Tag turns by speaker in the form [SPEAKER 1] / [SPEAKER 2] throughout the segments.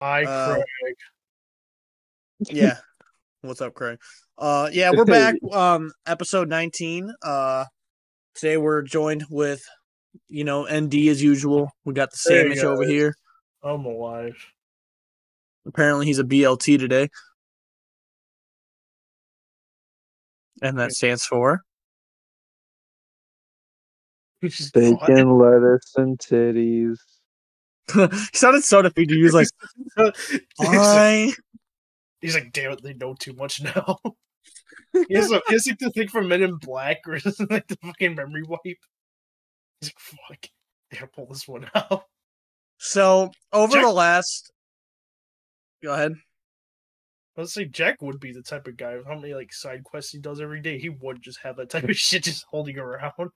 [SPEAKER 1] Hi,
[SPEAKER 2] Uh,
[SPEAKER 1] Craig.
[SPEAKER 2] yeah what's up craig uh yeah we're back um episode 19 uh today we're joined with you know nd as usual we got the
[SPEAKER 1] There you
[SPEAKER 2] sandwich
[SPEAKER 1] go.
[SPEAKER 2] over here
[SPEAKER 1] I'm alive.
[SPEAKER 2] apparently he's a blt today and that stands for
[SPEAKER 3] Bacon, lettuce, and titties.
[SPEAKER 2] he sounded so defeated he was like i
[SPEAKER 1] He's like, damn it, they know too much now. he has, a, he has like the thing from Men in Black or something like the fucking memory wipe. He's like, fuck, I gotta pull this one out.
[SPEAKER 2] so over
[SPEAKER 1] Jack-
[SPEAKER 2] the last go ahead
[SPEAKER 1] Let's say Jack would be the type of guy with how many like side quests he does every day. He would just have that type of shit just holding around.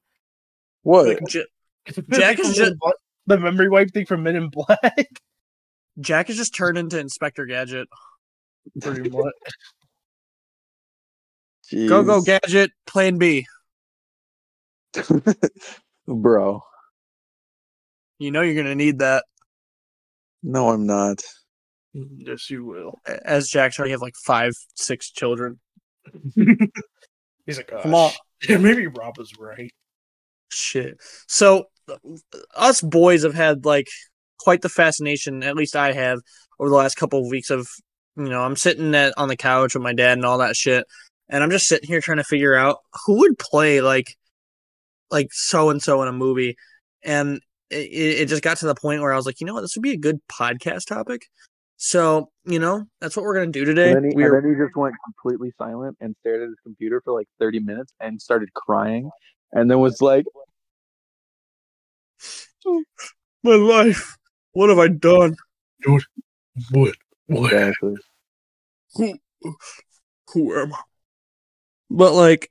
[SPEAKER 3] What?
[SPEAKER 2] J-
[SPEAKER 1] Like
[SPEAKER 2] is
[SPEAKER 1] the
[SPEAKER 2] just-
[SPEAKER 1] little- the memory wipe thing from Men in Black.
[SPEAKER 2] jack has just turned into inspector gadget
[SPEAKER 1] Pretty much.
[SPEAKER 2] go go gadget plan b
[SPEAKER 3] Bro,
[SPEAKER 2] you know you're gonna need that
[SPEAKER 3] no, I'm not.
[SPEAKER 1] yes, you will.
[SPEAKER 2] as Jack's already have like five, six children.
[SPEAKER 1] He's like,
[SPEAKER 2] Come on.
[SPEAKER 1] oh, shit. maybe Rob is right.
[SPEAKER 2] Shit. So uh, us boys have had like quite the fascination, at least I have, over the last couple of weeks of you know, I'm sitting at, on the couch with my dad and all that shit, and I'm just sitting here trying to figure out who would play like like so and so in a movie. And it, it it just got to the point where I was like, you know what, this would be a good podcast topic. So, you know, that's what we're gonna do today.
[SPEAKER 3] And then, he,
[SPEAKER 2] We're-
[SPEAKER 3] and then he just went completely silent and stared at his computer for like 30 minutes and started crying. And then was like,
[SPEAKER 2] my life. What have I done?
[SPEAKER 1] What? What?
[SPEAKER 3] exactly.
[SPEAKER 2] who who am I? But like,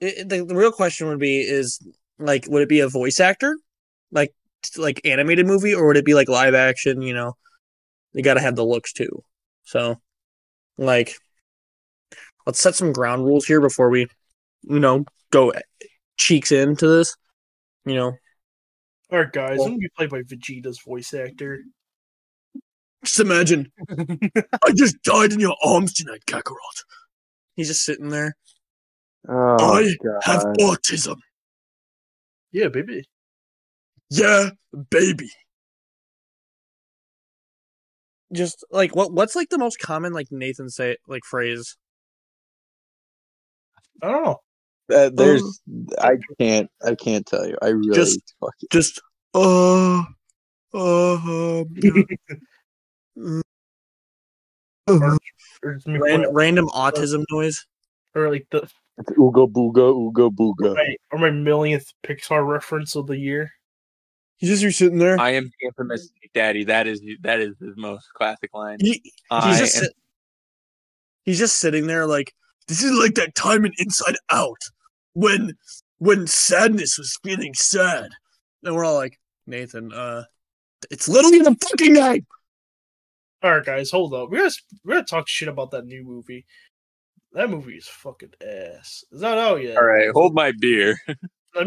[SPEAKER 2] it, the, the real question would be: is like, would it be a voice actor, like like animated movie, or would it be like live action? You know, they got to have the looks too. So, like, let's set some ground rules here before we, you know, go cheeks into this. You know,
[SPEAKER 1] All right, guys,
[SPEAKER 2] Well-
[SPEAKER 1] I'm gonna be played by Vegeta's voice actor.
[SPEAKER 2] Just imagine. I just died in your arms tonight, Kakarot. He's just sitting there.
[SPEAKER 3] Oh,
[SPEAKER 2] I Have
[SPEAKER 4] Uh,
[SPEAKER 3] God.
[SPEAKER 2] autism.
[SPEAKER 1] Yeah, baby.
[SPEAKER 2] Yeah, baby. Just like what what's like the most common like Nathan say like phrase?
[SPEAKER 1] I don't know.
[SPEAKER 3] Uh, there's, I can't, I can't tell you. I really
[SPEAKER 2] Just-
[SPEAKER 3] fucking.
[SPEAKER 2] Just uh uh, um, uh, uh,
[SPEAKER 1] Or, just make
[SPEAKER 2] ran-
[SPEAKER 1] fun of-
[SPEAKER 2] random autism noise.
[SPEAKER 1] or like the
[SPEAKER 3] It's Ooga booga, ooga
[SPEAKER 2] Uh.
[SPEAKER 3] booga.
[SPEAKER 1] my, or my millionth Pixar reference of the year.
[SPEAKER 2] You just you're sitting there.
[SPEAKER 4] I am the infamous Snake daddy. That is that is his most classic line.
[SPEAKER 2] He-
[SPEAKER 4] I
[SPEAKER 2] He's just,
[SPEAKER 4] am-
[SPEAKER 2] sit- he's just sitting there like this is like that time in Inside Out when when sadness was feeling sad, and we're all like Nathan, uh, it's literally the fucking name.
[SPEAKER 1] All right, guys, hold up. We're gonna s- we're gonna talk shit about that new movie. That movie is fucking ass. It's not out yet.
[SPEAKER 4] all right, hold my beer.
[SPEAKER 1] I
[SPEAKER 2] What,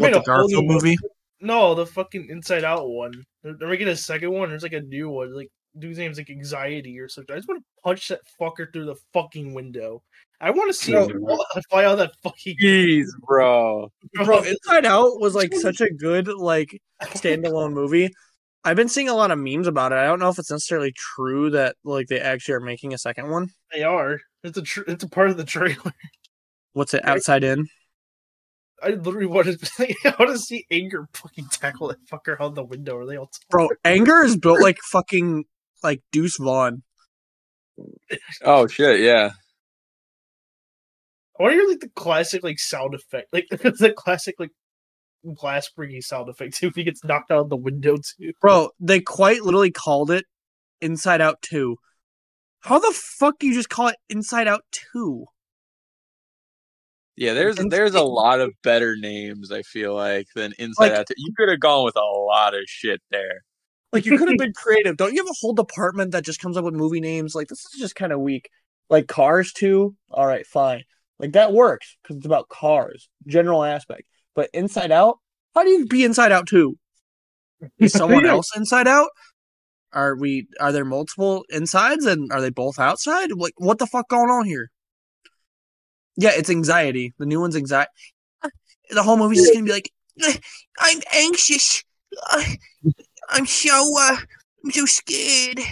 [SPEAKER 1] made
[SPEAKER 2] the
[SPEAKER 1] a whole
[SPEAKER 2] Garfield
[SPEAKER 1] new one.
[SPEAKER 2] movie?
[SPEAKER 1] No, the fucking Inside Out one. They're, they're making a second one. There's like a new one. Like dude's name's like Anxiety or something. I just want to punch that fucker through the fucking window. I want to see him fly out that fucking.
[SPEAKER 4] Jeez, bro.
[SPEAKER 2] Bro, Inside Out was like such a good like standalone movie. I've been seeing a lot of memes about it. I don't know if it's necessarily true that like they actually are making a second one.
[SPEAKER 1] They are. It's a tr- it's a part of the trailer.
[SPEAKER 2] What's it? Outside In.
[SPEAKER 1] I literally wanted to, I want to see Anger fucking tackle that fucker out the window. Are they all?
[SPEAKER 2] Bro, anger is built like fucking like Deuce Vaughn.
[SPEAKER 4] Oh shit, yeah.
[SPEAKER 1] I want to hear like the classic like sound effect, like the classic like glass breaking sound effect too. If he gets knocked out of the window too.
[SPEAKER 2] Bro, they quite literally called it Inside Out 2. How the fuck do you just call it Inside Out 2?
[SPEAKER 4] Yeah, there's there's a lot of better names I feel like than Inside
[SPEAKER 2] Like-
[SPEAKER 4] Out. You could have gone with a lot of shit there.
[SPEAKER 2] Like you could have been creative. Don't you have a whole department that just comes up with movie names? Like this is just kind of weak. Like Cars 2. All right, fine. Like that works cuz it's about cars, general aspect. But Inside Out, how do you be Inside Out 2? Is someone else Inside Out? Are we? Are there multiple insides and are they both outside? Like, what the fuck going on here? Yeah, it's anxiety. The new one's anxiety. The whole movie's just gonna be like, I'm anxious. I'm so uh, I'm so scared. And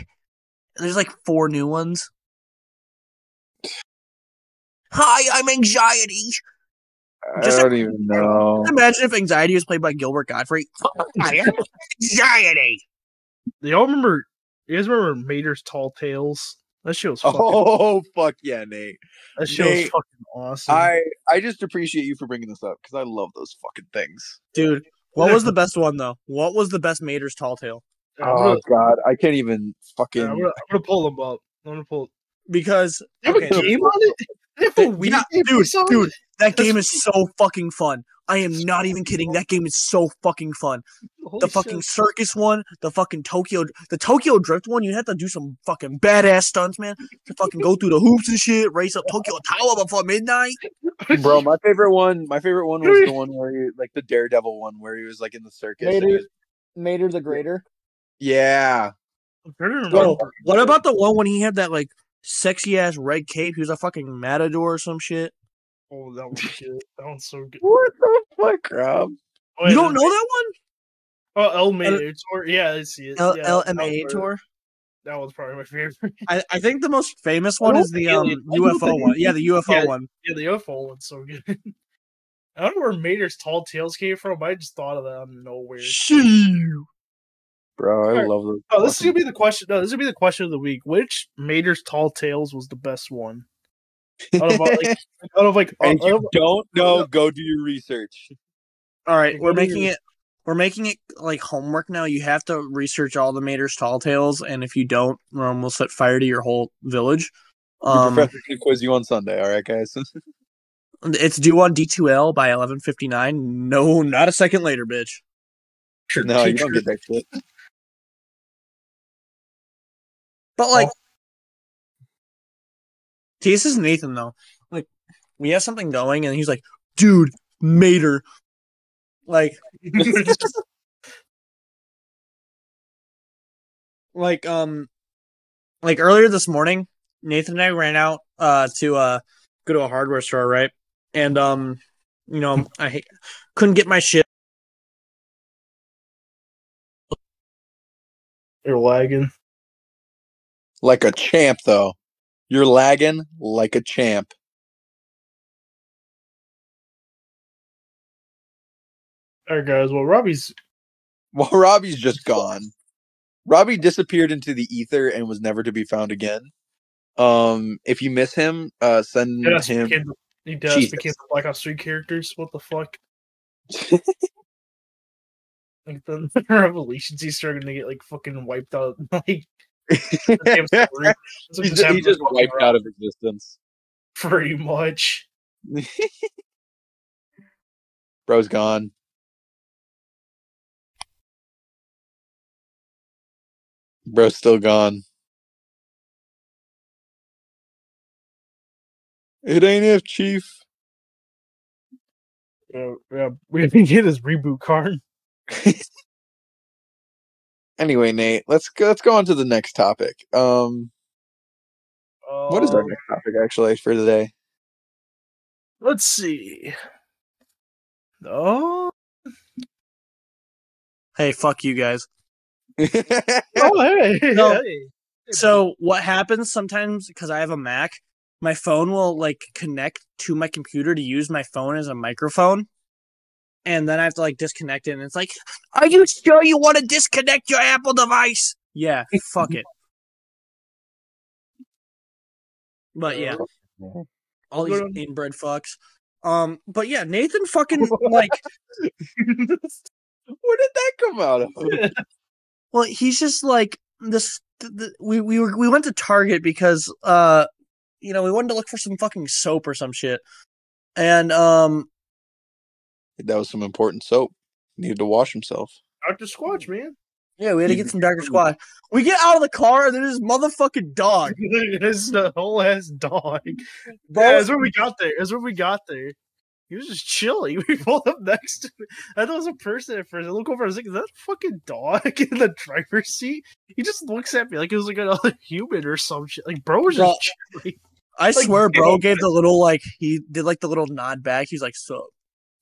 [SPEAKER 2] there's like four new ones. Hi, I'm anxiety.
[SPEAKER 3] I
[SPEAKER 2] Just a-
[SPEAKER 3] don't even know.
[SPEAKER 2] Imagine if anxiety was played by Gilbert Godfrey. I am anxiety.
[SPEAKER 1] They all remember. You guys remember Mater's Tall Tales? That shit was fucking.
[SPEAKER 4] Oh fuck yeah, Nate!
[SPEAKER 1] that shit was
[SPEAKER 4] Nate,
[SPEAKER 1] fucking awesome.
[SPEAKER 4] I I just appreciate you for bringing this up because I love those fucking things.
[SPEAKER 2] Dude, what was the best one though? What was the best Mater's Tall Tale?
[SPEAKER 1] I'm gonna,
[SPEAKER 4] Oh god, I can't even fucking.
[SPEAKER 1] I'm, gonna, I'm gonna pull them up. I'm gonna pull.
[SPEAKER 2] Because
[SPEAKER 1] They have
[SPEAKER 2] Okay.
[SPEAKER 1] a game on it. They have a
[SPEAKER 2] Th-
[SPEAKER 1] Wii
[SPEAKER 2] yeah,
[SPEAKER 1] game
[SPEAKER 2] dude,
[SPEAKER 1] piece on
[SPEAKER 2] dude,
[SPEAKER 1] it?
[SPEAKER 2] that game is so fucking fun. I am not even kidding. That game is so fucking fun.
[SPEAKER 1] Holy
[SPEAKER 2] The
[SPEAKER 1] shit.
[SPEAKER 2] fucking circus one, the fucking Tokyo, the Tokyo Drift one. You have to do some fucking badass stunts, man. To fucking go through the hoops and shit, race up Tokyo Tower before midnight.
[SPEAKER 4] Bro, my favorite one, my favorite one was the one where he, like the Daredevil one where he was like in the circus. and he
[SPEAKER 5] Mater,
[SPEAKER 4] was-
[SPEAKER 5] Mater the Greater.
[SPEAKER 4] yeah.
[SPEAKER 1] I'm trying to remember.
[SPEAKER 2] Bro, what about the one when he had that like sexy ass red cape? He was a fucking matador or some shit.
[SPEAKER 1] Oh, that was good. That one's so good.
[SPEAKER 4] What the fuck, Rob?
[SPEAKER 1] Oh,
[SPEAKER 2] you
[SPEAKER 1] yeah,
[SPEAKER 2] don't know that
[SPEAKER 1] Oh, El Mater.
[SPEAKER 2] L-
[SPEAKER 1] Tour. Yeah, I see it.
[SPEAKER 2] one?
[SPEAKER 1] yeah,
[SPEAKER 2] L-
[SPEAKER 1] that was
[SPEAKER 2] LMA
[SPEAKER 1] probably-
[SPEAKER 2] tour.
[SPEAKER 1] That was probably my favorite.
[SPEAKER 2] I, I think the most famous one is the um,
[SPEAKER 1] Alien. I don't
[SPEAKER 2] UFO
[SPEAKER 1] think-
[SPEAKER 2] one. Yeah, the UFO
[SPEAKER 1] Yeah.
[SPEAKER 2] one.
[SPEAKER 1] yeah, the UFO one's so good. I don't know where Mater's Tall Tales came from, but I just thought of that out of nowhere.
[SPEAKER 2] Shoo.
[SPEAKER 4] Bro, I
[SPEAKER 1] Alright.
[SPEAKER 4] love those.
[SPEAKER 1] Oh, this is
[SPEAKER 4] fucking-
[SPEAKER 1] gonna be the question. No, this is gonna be the question of the week. Which Mater's Tall Tales was the best one? Out of like, uh, out of like,
[SPEAKER 4] And
[SPEAKER 1] out
[SPEAKER 4] if
[SPEAKER 1] of,
[SPEAKER 4] you don't know, go do your research.
[SPEAKER 2] All right,
[SPEAKER 1] Like,
[SPEAKER 2] we're
[SPEAKER 1] what are
[SPEAKER 2] making
[SPEAKER 1] your-
[SPEAKER 2] it. We're making it like homework now. You have to research all the Mater's tall tales, and if you don't, Rome will set fire to your whole village.
[SPEAKER 4] Your
[SPEAKER 2] Um,
[SPEAKER 4] professor's gonna quiz you on Sunday, all right, guys?
[SPEAKER 2] it's due on D2L by 11:59. No, not a second later, bitch.
[SPEAKER 4] no, you don't get that shit.
[SPEAKER 2] But like, See, this is Nathan though. Like, we have something going, and he's like, "Dude, Mater." Like, like, um, like earlier this morning, Nathan and I ran out uh to uh go to a hardware store, right? And um, you know, I ha- couldn't get my shit.
[SPEAKER 1] you're lagging.
[SPEAKER 4] Like a champ, though. You're lagging like a champ.
[SPEAKER 1] All right, guys. Well, Robbie's
[SPEAKER 4] Well, Robbie's just gone. Robbie disappeared into the ether and was never to be found again. Um, if you miss him, uh, send
[SPEAKER 1] Dennis
[SPEAKER 4] him.
[SPEAKER 1] became, he does
[SPEAKER 4] Jesus.
[SPEAKER 1] became the Black Ops Three characters. What the fuck? like the revelations, he's starting to get like fucking wiped out. Like the damn story. That's what
[SPEAKER 4] He's
[SPEAKER 1] just
[SPEAKER 4] ju-
[SPEAKER 1] happened
[SPEAKER 4] he
[SPEAKER 1] with
[SPEAKER 4] just
[SPEAKER 1] fucking
[SPEAKER 4] wiped
[SPEAKER 1] Rob,
[SPEAKER 4] out of existence.
[SPEAKER 1] pretty much.
[SPEAKER 4] Bro's gone. Bro's still gone. It ain't if, Chief.
[SPEAKER 1] Yeah, yeah, we have to get his reboot card.
[SPEAKER 4] Anyway, Nate, let's go, let's go on to the next topic. Um,
[SPEAKER 1] Uh,
[SPEAKER 4] what is our next topic actually for today?
[SPEAKER 1] Let's see. Oh,
[SPEAKER 2] Hey, fuck you guys.
[SPEAKER 1] oh hey,
[SPEAKER 2] No.
[SPEAKER 1] hey.
[SPEAKER 2] So what happens sometimes because I have a Mac, my phone will like connect to my computer to use my phone as a microphone. And then I have to like disconnect it and it's like, Are you sure you want to disconnect your Apple device? Yeah, fuck it. But yeah. All these inbred fucks. Um but yeah, Nathan fucking like
[SPEAKER 4] Where did that come out of?
[SPEAKER 2] Well, he's just like this. Th- th- we we were, we went to Target because uh, you know, we wanted to look for some fucking soap or some shit, and um,
[SPEAKER 4] That was some important soap. Needed to wash himself.
[SPEAKER 1] Doctor Squatch, man.
[SPEAKER 2] yeah, we had to get some Dr. Squad. We get out of the car and there's this motherfucking dog.
[SPEAKER 1] this is the whole ass dog.
[SPEAKER 2] Bro,
[SPEAKER 1] Yeah, that's when we got there. That's when we got there. He was just chilling. We pulled up next to me. I thought it was a person at first. I look over, I was like, is that a fucking dog in the driver's seat? He just looks at me like it was like another human or some shit. Like, bro was just
[SPEAKER 2] Well,
[SPEAKER 1] chilling.
[SPEAKER 2] I
[SPEAKER 1] Like,
[SPEAKER 2] swear, bro
[SPEAKER 1] bro.
[SPEAKER 2] gave the little like he did like the little nod back. He's like, "So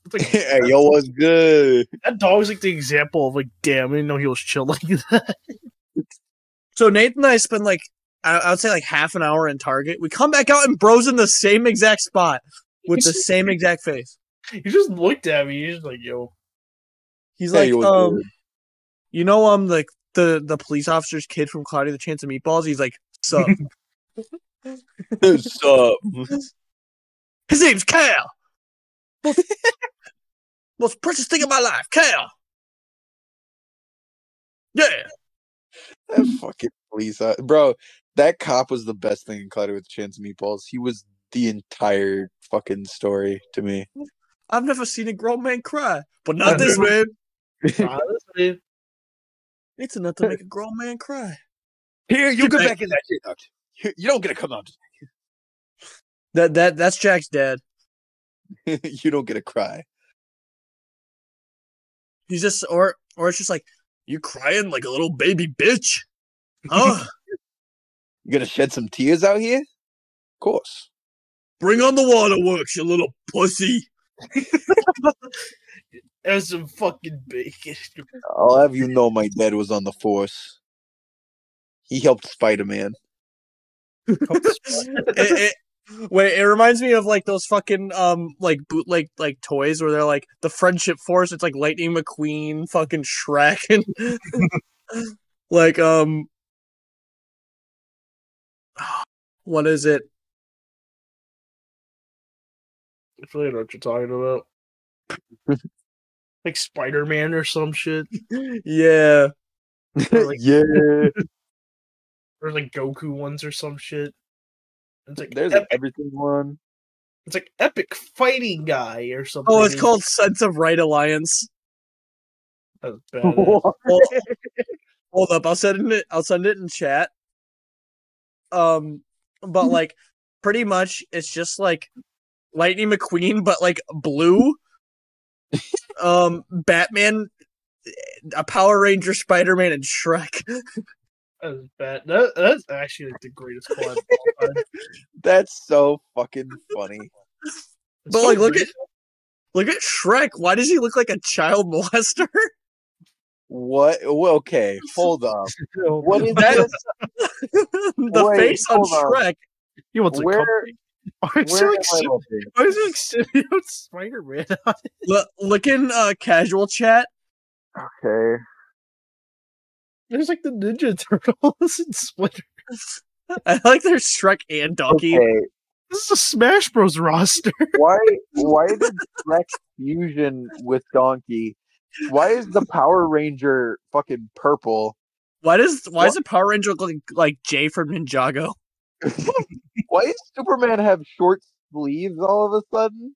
[SPEAKER 1] It's like,
[SPEAKER 4] hey, yo, what's good?
[SPEAKER 1] that dog was like the example of like, damn, I didn't know he was chilling.
[SPEAKER 2] So Nate and I spend like I, I would say like half an hour in Target. We come back out and bros in the same exact spot with the same exact face.
[SPEAKER 1] he just looked at me. He's just like, yo,
[SPEAKER 2] He's
[SPEAKER 4] Hey,
[SPEAKER 2] like,
[SPEAKER 4] yo, what's
[SPEAKER 2] um,
[SPEAKER 4] good?
[SPEAKER 2] you know, um, like the the police officer's kid from Cloudy with a Chance of Meatballs. He's like, so
[SPEAKER 4] What's up?
[SPEAKER 2] his name's Kyle. Most, most precious thing of my life, Kyle. Yeah,
[SPEAKER 4] That fucking police, uh, bro. That cop was the best thing in Cloudy with a Chance of Meatballs. He was the entire fucking story to me.
[SPEAKER 2] I've never seen a grown man cry, but not this man.
[SPEAKER 1] honestly,
[SPEAKER 2] It's enough to make a grown man cry.
[SPEAKER 4] Here, you
[SPEAKER 2] Get
[SPEAKER 4] get
[SPEAKER 2] back.
[SPEAKER 4] back in that shit. Dutch. You, you don't get to come out.
[SPEAKER 2] That that that's Jack's dad.
[SPEAKER 4] you don't get to cry.
[SPEAKER 2] He's just or or it's just like you crying like a little baby bitch. Huh?
[SPEAKER 4] You gonna shed some tears out here? Of course.
[SPEAKER 2] Bring on the waterworks, you little pussy.
[SPEAKER 1] that was some fucking bacon.
[SPEAKER 4] I'll have you know my dad was on the force. He helped Spider Man.
[SPEAKER 2] It- it- wait, it reminds me of like those fucking um like bootleg like toys where they're like the friendship force, it's like Lightning McQueen, fucking Shrek and like um what is it?
[SPEAKER 1] I really know what you're talking about. like Spider Man or some shit.
[SPEAKER 2] Yeah.
[SPEAKER 1] Or like,
[SPEAKER 4] yeah.
[SPEAKER 1] or like Goku ones or some shit. It's like
[SPEAKER 4] There's an
[SPEAKER 1] epic,
[SPEAKER 4] everything one.
[SPEAKER 1] it's like epic fighting guy or something.
[SPEAKER 2] Oh, it's called Sense of Right Alliance.
[SPEAKER 1] That's badass.
[SPEAKER 2] Hold up, I'll send it. I'll send it in chat. Um,
[SPEAKER 4] Mm-hmm.
[SPEAKER 2] but like, pretty much, it's just like Lightning McQueen, but like blue. um, Batman, a Power Ranger, Spider Man, and Shrek.
[SPEAKER 1] That's bad. That, that's actually like the greatest collab. of all time.
[SPEAKER 4] That's so fucking funny.
[SPEAKER 1] It's
[SPEAKER 2] But,
[SPEAKER 1] so
[SPEAKER 2] like, look
[SPEAKER 1] great.
[SPEAKER 2] at- Look at Shrek. Why does he look like a child molester?
[SPEAKER 4] What? Well, okay, hold up. What is
[SPEAKER 2] That-
[SPEAKER 4] this?
[SPEAKER 2] the
[SPEAKER 4] Wait,
[SPEAKER 2] face on
[SPEAKER 4] hold on.
[SPEAKER 2] Shrek.
[SPEAKER 1] he wants a
[SPEAKER 4] Where?
[SPEAKER 1] cup. I'm
[SPEAKER 4] Where
[SPEAKER 1] so
[SPEAKER 4] am I
[SPEAKER 1] excited.
[SPEAKER 4] looking?
[SPEAKER 1] Why is it Spider Man?
[SPEAKER 2] Look, look in uh, casual chat.
[SPEAKER 3] Okay.
[SPEAKER 1] There's like the Ninja Turtles and Splinter.
[SPEAKER 2] I like there's Shrek and Donkey.
[SPEAKER 3] Okay.
[SPEAKER 1] This is a Smash Bros roster.
[SPEAKER 3] Why? Why did Rex fusion with Donkey?
[SPEAKER 4] Why is the Power Ranger fucking purple?
[SPEAKER 2] Why does why does the Power Ranger look like, like Jay from Ninjago?
[SPEAKER 4] Why does Superman have short sleeves all of a sudden?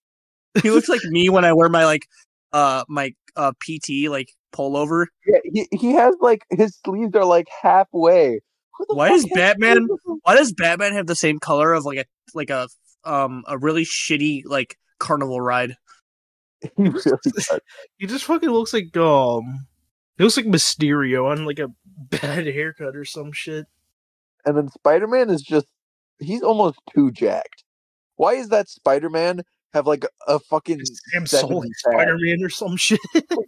[SPEAKER 2] He looks like me when I wear my like uh my uh PT like pullover.
[SPEAKER 4] Yeah, he, he has like his sleeves are like halfway. Who the
[SPEAKER 2] Why
[SPEAKER 4] fuck
[SPEAKER 2] is
[SPEAKER 4] has
[SPEAKER 2] Batman-
[SPEAKER 4] sleeves?
[SPEAKER 2] Why does Batman have the same color of like a like a um a really shitty like carnival ride?
[SPEAKER 4] He really does.
[SPEAKER 1] He just fucking looks like um, he looks like Mysterio on like a bad haircut or some shit.
[SPEAKER 4] and then Spider Man is just he's almost too jacked. Why is that Spider Man have like a fucking
[SPEAKER 1] Sam
[SPEAKER 4] seven
[SPEAKER 1] Soul,
[SPEAKER 4] pack?
[SPEAKER 1] Spider Man or some shit.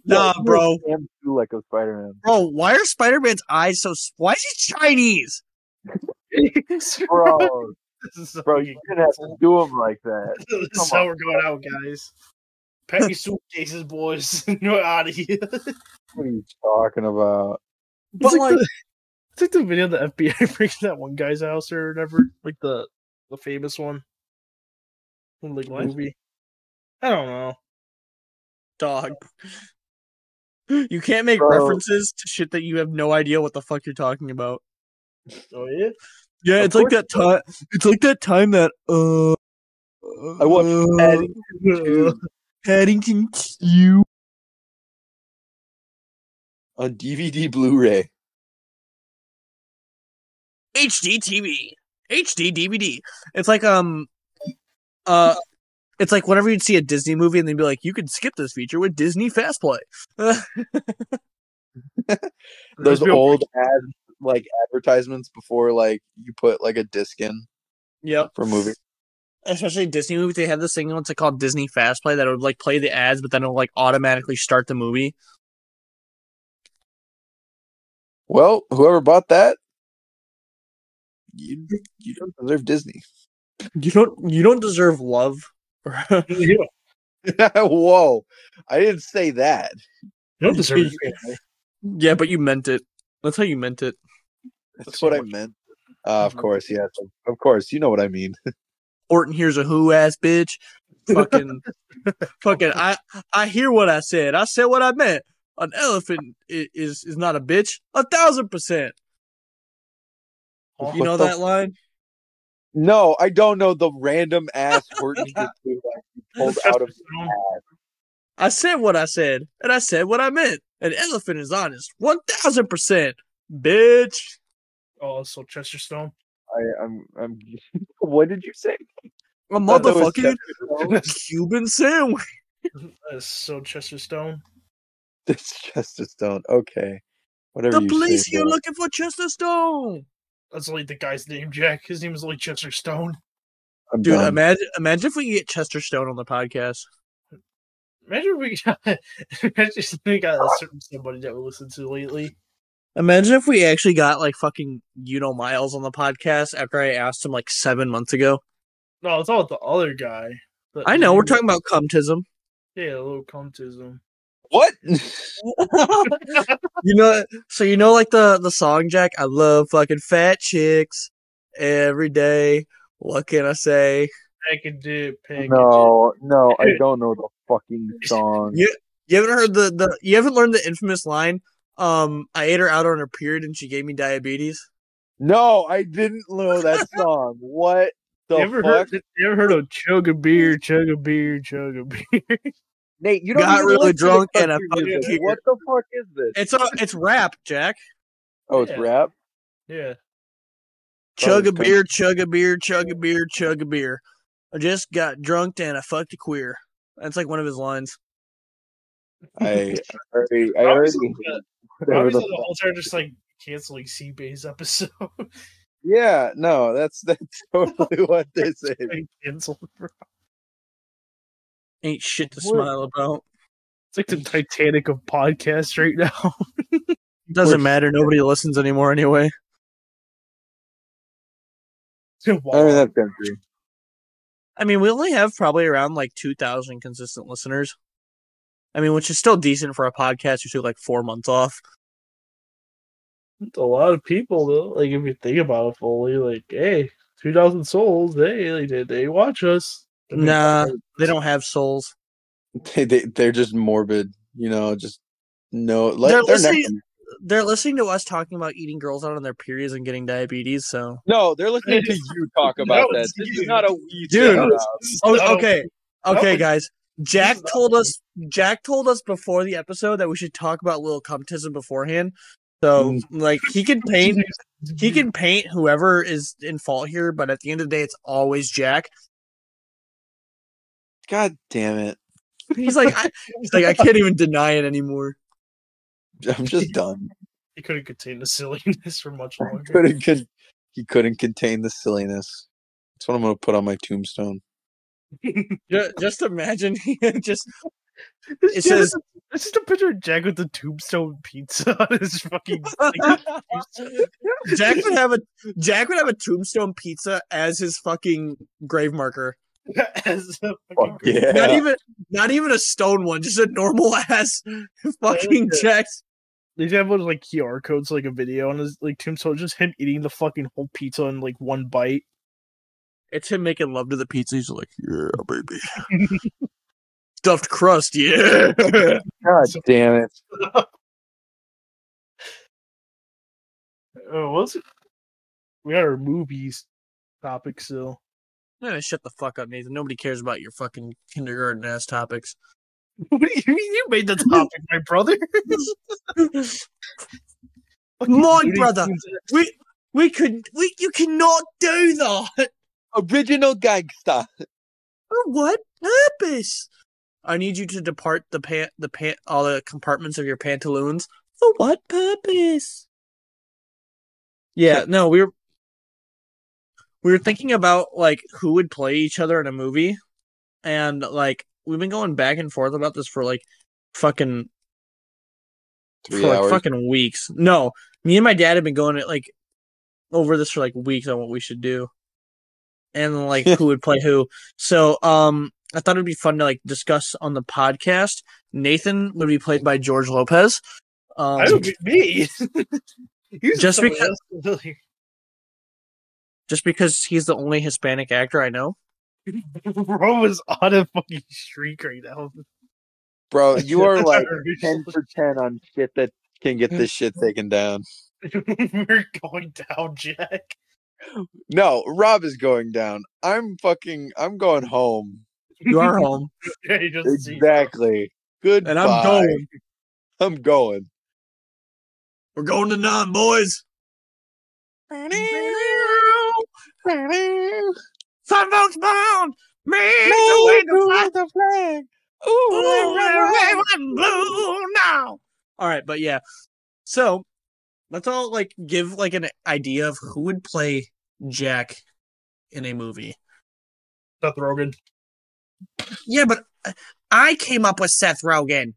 [SPEAKER 2] Nah,
[SPEAKER 4] he
[SPEAKER 2] bro.
[SPEAKER 4] looks Damn too like a Spider Man,
[SPEAKER 2] Bro, why are Spider Man's eyes so? s- Why is he Chinese?
[SPEAKER 1] Oh, this
[SPEAKER 4] bro.
[SPEAKER 1] is so-
[SPEAKER 4] bro, you didn't have to do him like that.
[SPEAKER 1] this
[SPEAKER 4] come
[SPEAKER 1] is how
[SPEAKER 4] on.
[SPEAKER 1] we're going out, guys. Pack your suitcases, boys. You're out of here.
[SPEAKER 4] What are you talking about?
[SPEAKER 2] But
[SPEAKER 1] it's like,
[SPEAKER 2] like,
[SPEAKER 1] the, it's like the video of the FBI breaking that one guy's house or whatever, like the the famous one, From, like
[SPEAKER 4] What?
[SPEAKER 1] movie. I don't know.
[SPEAKER 2] dog. You can't make
[SPEAKER 4] Bro.
[SPEAKER 2] references to shit that you have no idea what the fuck you're talking about.
[SPEAKER 1] Oh yeah,
[SPEAKER 2] Yeah,
[SPEAKER 4] Of
[SPEAKER 2] it's like
[SPEAKER 4] course
[SPEAKER 2] that time. It's like that time that uh,
[SPEAKER 4] I watched
[SPEAKER 2] uh,
[SPEAKER 4] Paddington
[SPEAKER 1] Dude,
[SPEAKER 2] Paddington Q.
[SPEAKER 4] on DVD Blu-ray.
[SPEAKER 2] HD TV, HD DVD. It's like um, uh, It's like whenever you'd see a Disney movie and they'd be like, you could skip this feature with Disney Fast Play.
[SPEAKER 4] Those
[SPEAKER 1] There's no-
[SPEAKER 4] old ad like advertisements before like you put like a disc in
[SPEAKER 2] yep.
[SPEAKER 4] for movies.
[SPEAKER 2] Especially Disney movies, they had this thing what's it called Disney Fast Play that would like play the ads, but then it would like automatically start the movie.
[SPEAKER 4] Well, whoever bought that, you you don't deserve Disney.
[SPEAKER 2] You don't you don't deserve love. you
[SPEAKER 1] You don't-
[SPEAKER 4] Whoa, I didn't say that.
[SPEAKER 1] you don't deserve it.
[SPEAKER 2] Yeah, but you meant it. That's how you meant it.
[SPEAKER 4] That's what I meant. Uh, of course, yes, of course. You know what I mean.
[SPEAKER 2] Orton here's a who ass bitch. Fucking, fucking. I I hear what I said. I said what I meant. An elephant i- is is not a bitch. A thousand percent. You know
[SPEAKER 4] What the
[SPEAKER 2] that line.
[SPEAKER 4] No, I don't know the random ass Horton Hewitt pulled out of
[SPEAKER 2] I said what I said, and I said what I meant. An elephant is honest. One thousand percent, bitch.
[SPEAKER 1] Oh, so Chester Stone.
[SPEAKER 4] I, I'm I'm what did you say?
[SPEAKER 2] A
[SPEAKER 4] Thought that was
[SPEAKER 2] motherfucking
[SPEAKER 4] Chester
[SPEAKER 2] Cuban sandwich.
[SPEAKER 1] That is so Chester Stone.
[SPEAKER 4] That's Chester Stone. Okay. Whatever
[SPEAKER 2] The
[SPEAKER 4] you
[SPEAKER 2] police
[SPEAKER 4] say,
[SPEAKER 2] here
[SPEAKER 4] bro.
[SPEAKER 2] looking for Chester Stone.
[SPEAKER 1] That's like the guy's name, Jack. His name is like Chester Stone.
[SPEAKER 4] I'm
[SPEAKER 2] Dude,
[SPEAKER 4] done.
[SPEAKER 2] imagine imagine if we could get Chester Stone on the podcast.
[SPEAKER 1] Imagine if we got, imagine if we got a certain somebody that we listened to lately.
[SPEAKER 2] Imagine if we actually got like fucking you know Miles on the podcast after I asked him like seven months ago.
[SPEAKER 1] No, it's all the other guy. But
[SPEAKER 2] I know we're talking about cumtism.
[SPEAKER 1] Yeah, a little cuntism.
[SPEAKER 4] what?
[SPEAKER 2] you know, so you know like the the song Jack. I love fucking fat chicks every day. What can I say?
[SPEAKER 1] Pack it, dip, pack
[SPEAKER 4] No, no, I don't know the fucking song.
[SPEAKER 2] You- You haven't heard the the you haven't learned the infamous line. Um, I ate her out on her period and she gave me diabetes.
[SPEAKER 4] No, I didn't know that song. What the
[SPEAKER 1] You ever,
[SPEAKER 4] fuck?
[SPEAKER 1] heard, you ever heard of chug a beer, chug a beer, chug a beer?
[SPEAKER 4] Nate, you
[SPEAKER 2] Got
[SPEAKER 4] even
[SPEAKER 2] really
[SPEAKER 4] listen to
[SPEAKER 2] drunk and I
[SPEAKER 4] country
[SPEAKER 2] fucking
[SPEAKER 4] music.
[SPEAKER 2] kicked
[SPEAKER 4] What the fuck is this?
[SPEAKER 2] It's a it's rap, Jack.
[SPEAKER 4] oh, it's
[SPEAKER 1] Yeah.
[SPEAKER 4] rap.
[SPEAKER 1] Yeah.
[SPEAKER 2] Chug a
[SPEAKER 4] it's
[SPEAKER 2] beer, chug a beer, chug a beer, chug a beer. I just got drunk and I fucked a queer. That's like one of his lines.
[SPEAKER 4] I already, I already.
[SPEAKER 1] Obviously, the-
[SPEAKER 4] whatever
[SPEAKER 1] obviously
[SPEAKER 4] the
[SPEAKER 1] the whole time just like canceling C Bay's episode.
[SPEAKER 4] Yeah, no, that's that's totally what this is.
[SPEAKER 1] Like, cancel. It's
[SPEAKER 2] Ain't shit to
[SPEAKER 4] What?
[SPEAKER 2] smile about.
[SPEAKER 1] like the Titanic of podcasts right now.
[SPEAKER 2] Doesn't
[SPEAKER 4] course.
[SPEAKER 2] matter. Nobody listens anymore anyway.
[SPEAKER 4] I mean,
[SPEAKER 1] wow.
[SPEAKER 4] that's country.
[SPEAKER 2] I mean, we only have probably around like 2,000 consistent listeners. I mean, which is still decent for a podcast who took like four months off.
[SPEAKER 1] That's a lot of people though. Like if you think about it fully, like, hey, two thousand souls, they like, they, they watch us. I mean, uh,
[SPEAKER 2] Nah, they don't have souls.
[SPEAKER 4] They, they they're just morbid, you know. Just no. Let,
[SPEAKER 2] They're
[SPEAKER 4] they're
[SPEAKER 2] listening-
[SPEAKER 4] not-
[SPEAKER 2] They're listening to us talking about eating girls out on their periods and getting diabetes. So,
[SPEAKER 4] no, they're listening to you talk about
[SPEAKER 1] No,
[SPEAKER 4] that.
[SPEAKER 1] it's
[SPEAKER 4] This
[SPEAKER 1] you.
[SPEAKER 4] is not a we
[SPEAKER 2] Dude.
[SPEAKER 4] talk about.
[SPEAKER 1] This is not a-
[SPEAKER 2] oh, okay, okay,
[SPEAKER 1] would-
[SPEAKER 2] guys. Jack
[SPEAKER 1] is not
[SPEAKER 2] told us. Jack told us before the episode that we should talk about little cumtism beforehand. So,
[SPEAKER 4] Mm.
[SPEAKER 2] like, he can paint he can paint whoever is in fault here, but at the end of the day, it's always Jack.
[SPEAKER 4] God damn it!
[SPEAKER 2] He's like, I, he's like, I can't even deny it anymore.
[SPEAKER 4] I'm just done.
[SPEAKER 1] He couldn't contain the silliness for much longer.
[SPEAKER 4] Couldn't con- he couldn't contain the silliness. That's what I'm gonna put on my tombstone.
[SPEAKER 2] Just, imagine, just
[SPEAKER 1] This,
[SPEAKER 2] It
[SPEAKER 1] dude is
[SPEAKER 2] says-
[SPEAKER 1] a- this is the picture of Jack with the tombstone pizza on his fucking.
[SPEAKER 2] Jack would have a Jack would have a tombstone pizza as his fucking grave marker.
[SPEAKER 1] as a fucking
[SPEAKER 4] Fuck yeah!
[SPEAKER 2] Not even, not even a stone one, just a normal ass fucking
[SPEAKER 1] Yeah.
[SPEAKER 2] Jack.
[SPEAKER 1] They should have one of, like QR codes, like a video on his like tombstone, just him eating the fucking whole pizza in like one bite.
[SPEAKER 2] It's him making love to the pizza. He's like, yeah, baby, stuffed crust, yeah.
[SPEAKER 4] God damn it!
[SPEAKER 1] Oh, what's it? We got our movies topic still.
[SPEAKER 2] No, shut the fuck up, Nathan. Nobody cares about your fucking kindergarten ass topics.
[SPEAKER 1] What do you mean you made the topic, my brother? Fucking
[SPEAKER 2] My
[SPEAKER 1] duty
[SPEAKER 2] brother.
[SPEAKER 1] seems-
[SPEAKER 2] We we could we you cannot do that.
[SPEAKER 4] Original gangster.
[SPEAKER 2] For what purpose? I need you to depart the pant, the pant, all the compartments of your pantaloons. For what purpose? Yeah, no, we were we were thinking about like who would play each other in a movie, and like we've been going back and forth about this for like fucking
[SPEAKER 4] Three
[SPEAKER 2] for like
[SPEAKER 4] hours.
[SPEAKER 2] fucking weeks. No, me and my dad have been going at like over this for like weeks on what we should do, and like who would play who. So, um, I thought it'd be fun to like discuss on the podcast. Nathan would be played by George Lopez. Um,
[SPEAKER 1] I don't me. He's
[SPEAKER 2] Just
[SPEAKER 1] someone
[SPEAKER 2] because-
[SPEAKER 1] else familiar.
[SPEAKER 2] just because he's the only Hispanic actor I know.
[SPEAKER 1] Bro is on a fucking streak right now.
[SPEAKER 4] Bro, you are like ten
[SPEAKER 1] We're
[SPEAKER 4] for ten on shit that can get this shit taken down.
[SPEAKER 1] going down, Jack.
[SPEAKER 4] No, Rob is going down. I'm fucking. I'm going home.
[SPEAKER 2] You are home,
[SPEAKER 1] Yeah, you just see-
[SPEAKER 4] Exactly. Good.
[SPEAKER 2] and I'm going.
[SPEAKER 4] I'm going.
[SPEAKER 2] We're going to none, boys. Five votes bound. Me to win the flag. Ooh, red, white, and blue now. All right, but yeah. So let's all like give like an idea of who would play Jack in a movie.
[SPEAKER 1] Seth Rogen.
[SPEAKER 2] Yeah, but I came up with Seth Rogen.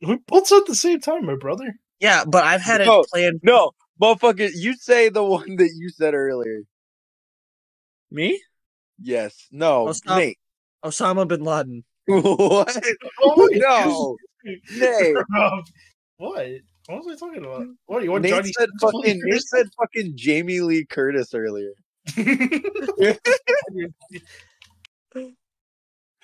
[SPEAKER 1] We both said at the same time, my brother.
[SPEAKER 2] Yeah, but I've had it
[SPEAKER 1] Oh,
[SPEAKER 4] No.
[SPEAKER 2] planned.
[SPEAKER 4] No, motherfucker, you say the one that you said earlier.
[SPEAKER 2] Me?
[SPEAKER 4] Yes. No.
[SPEAKER 2] Oh, stop.
[SPEAKER 4] Nate.
[SPEAKER 2] Osama bin Laden.
[SPEAKER 4] What?
[SPEAKER 1] Oh
[SPEAKER 4] no. Nate.
[SPEAKER 1] What? What was I talking about? What you want
[SPEAKER 4] Nate
[SPEAKER 1] Johnny?
[SPEAKER 4] said fucking. Nate said fucking Jamie Lee Curtis earlier.
[SPEAKER 2] Yeah.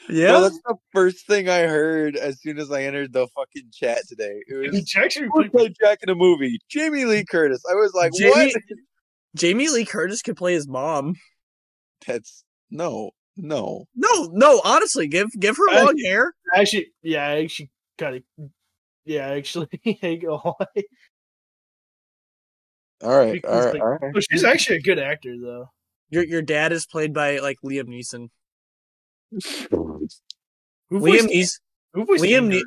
[SPEAKER 4] Yeah, that's the first thing I heard as soon as I entered the fucking chat today. It was
[SPEAKER 1] Jack should be
[SPEAKER 4] who would play Jack in a movie? Jamie Lee Curtis. I was like,
[SPEAKER 2] Jamie-
[SPEAKER 4] what?
[SPEAKER 2] Jamie Lee Curtis could play his mom.
[SPEAKER 4] That's no, no.
[SPEAKER 2] No, no, honestly, give give her
[SPEAKER 1] I-
[SPEAKER 2] long hair.
[SPEAKER 1] actually, yeah, I actually kind of, yeah, actually, I ain't gonna lie.
[SPEAKER 4] All right, all
[SPEAKER 1] Because,
[SPEAKER 4] right,
[SPEAKER 1] like,
[SPEAKER 4] all right.
[SPEAKER 1] But she's actually a good actor, though.
[SPEAKER 2] Your your dad is played by like Liam Neeson.
[SPEAKER 1] Who
[SPEAKER 2] Liam
[SPEAKER 1] voiced-
[SPEAKER 2] Neeson.
[SPEAKER 1] who voiced
[SPEAKER 2] Liam
[SPEAKER 1] Andrew?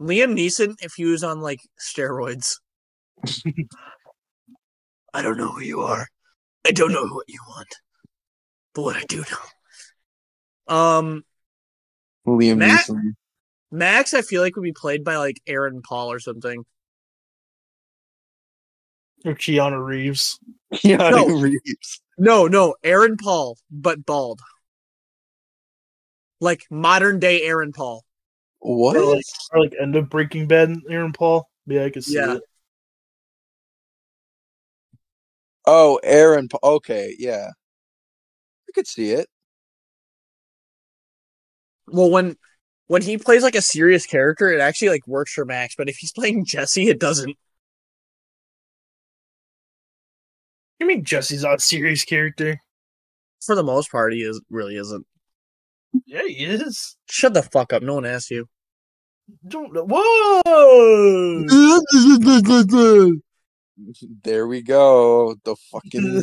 [SPEAKER 2] Ne- Liam Neeson if he was on like steroids. I don't know who you are. I don't know what you want. But what I do know. Um
[SPEAKER 4] Liam
[SPEAKER 2] Matt?
[SPEAKER 4] Neeson.
[SPEAKER 2] Max I feel like would be played by like Aaron Paul or something.
[SPEAKER 1] or Keanu Reeves.
[SPEAKER 4] Keanu
[SPEAKER 2] No.
[SPEAKER 4] Reeves.
[SPEAKER 2] No, no, Aaron Paul, but bald. Like modern day Aaron Paul.
[SPEAKER 4] What?
[SPEAKER 1] Or like, or like end of Breaking Bad, Aaron Paul. Yeah, I could see
[SPEAKER 2] Yeah.
[SPEAKER 1] it.
[SPEAKER 4] Oh, Aaron. Pa- Okay, yeah. I could see it.
[SPEAKER 2] Well, when when he plays like a serious character, it actually like works for Max. But if he's playing Jesse, it doesn't.
[SPEAKER 1] You mean Jesse's not a serious character?
[SPEAKER 2] For the most part, he is really isn't.
[SPEAKER 1] Yeah, he is.
[SPEAKER 2] Shut the fuck up. No one asked you.
[SPEAKER 1] Don't know. Whoa!
[SPEAKER 4] There we go. The fucking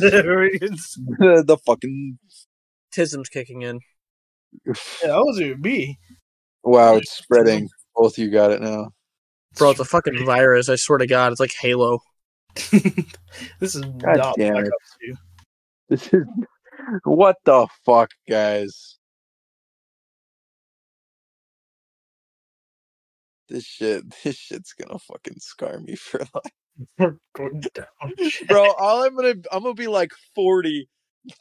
[SPEAKER 1] There it is.
[SPEAKER 4] the fucking
[SPEAKER 2] Tism's kicking in.
[SPEAKER 1] yeah, that was it. Me.
[SPEAKER 4] wow, it's spreading. Both you got it now.
[SPEAKER 2] Bro, it's a fucking virus. I swear to God, it's like Halo.
[SPEAKER 1] this is not
[SPEAKER 4] damn
[SPEAKER 1] Black
[SPEAKER 4] it.
[SPEAKER 1] Ops 2.
[SPEAKER 4] This is what the fuck, guys. This shit, this shit's gonna fucking scar me for life,
[SPEAKER 1] We're going down.
[SPEAKER 4] bro. All I'm gonna, I'm gonna be like 40,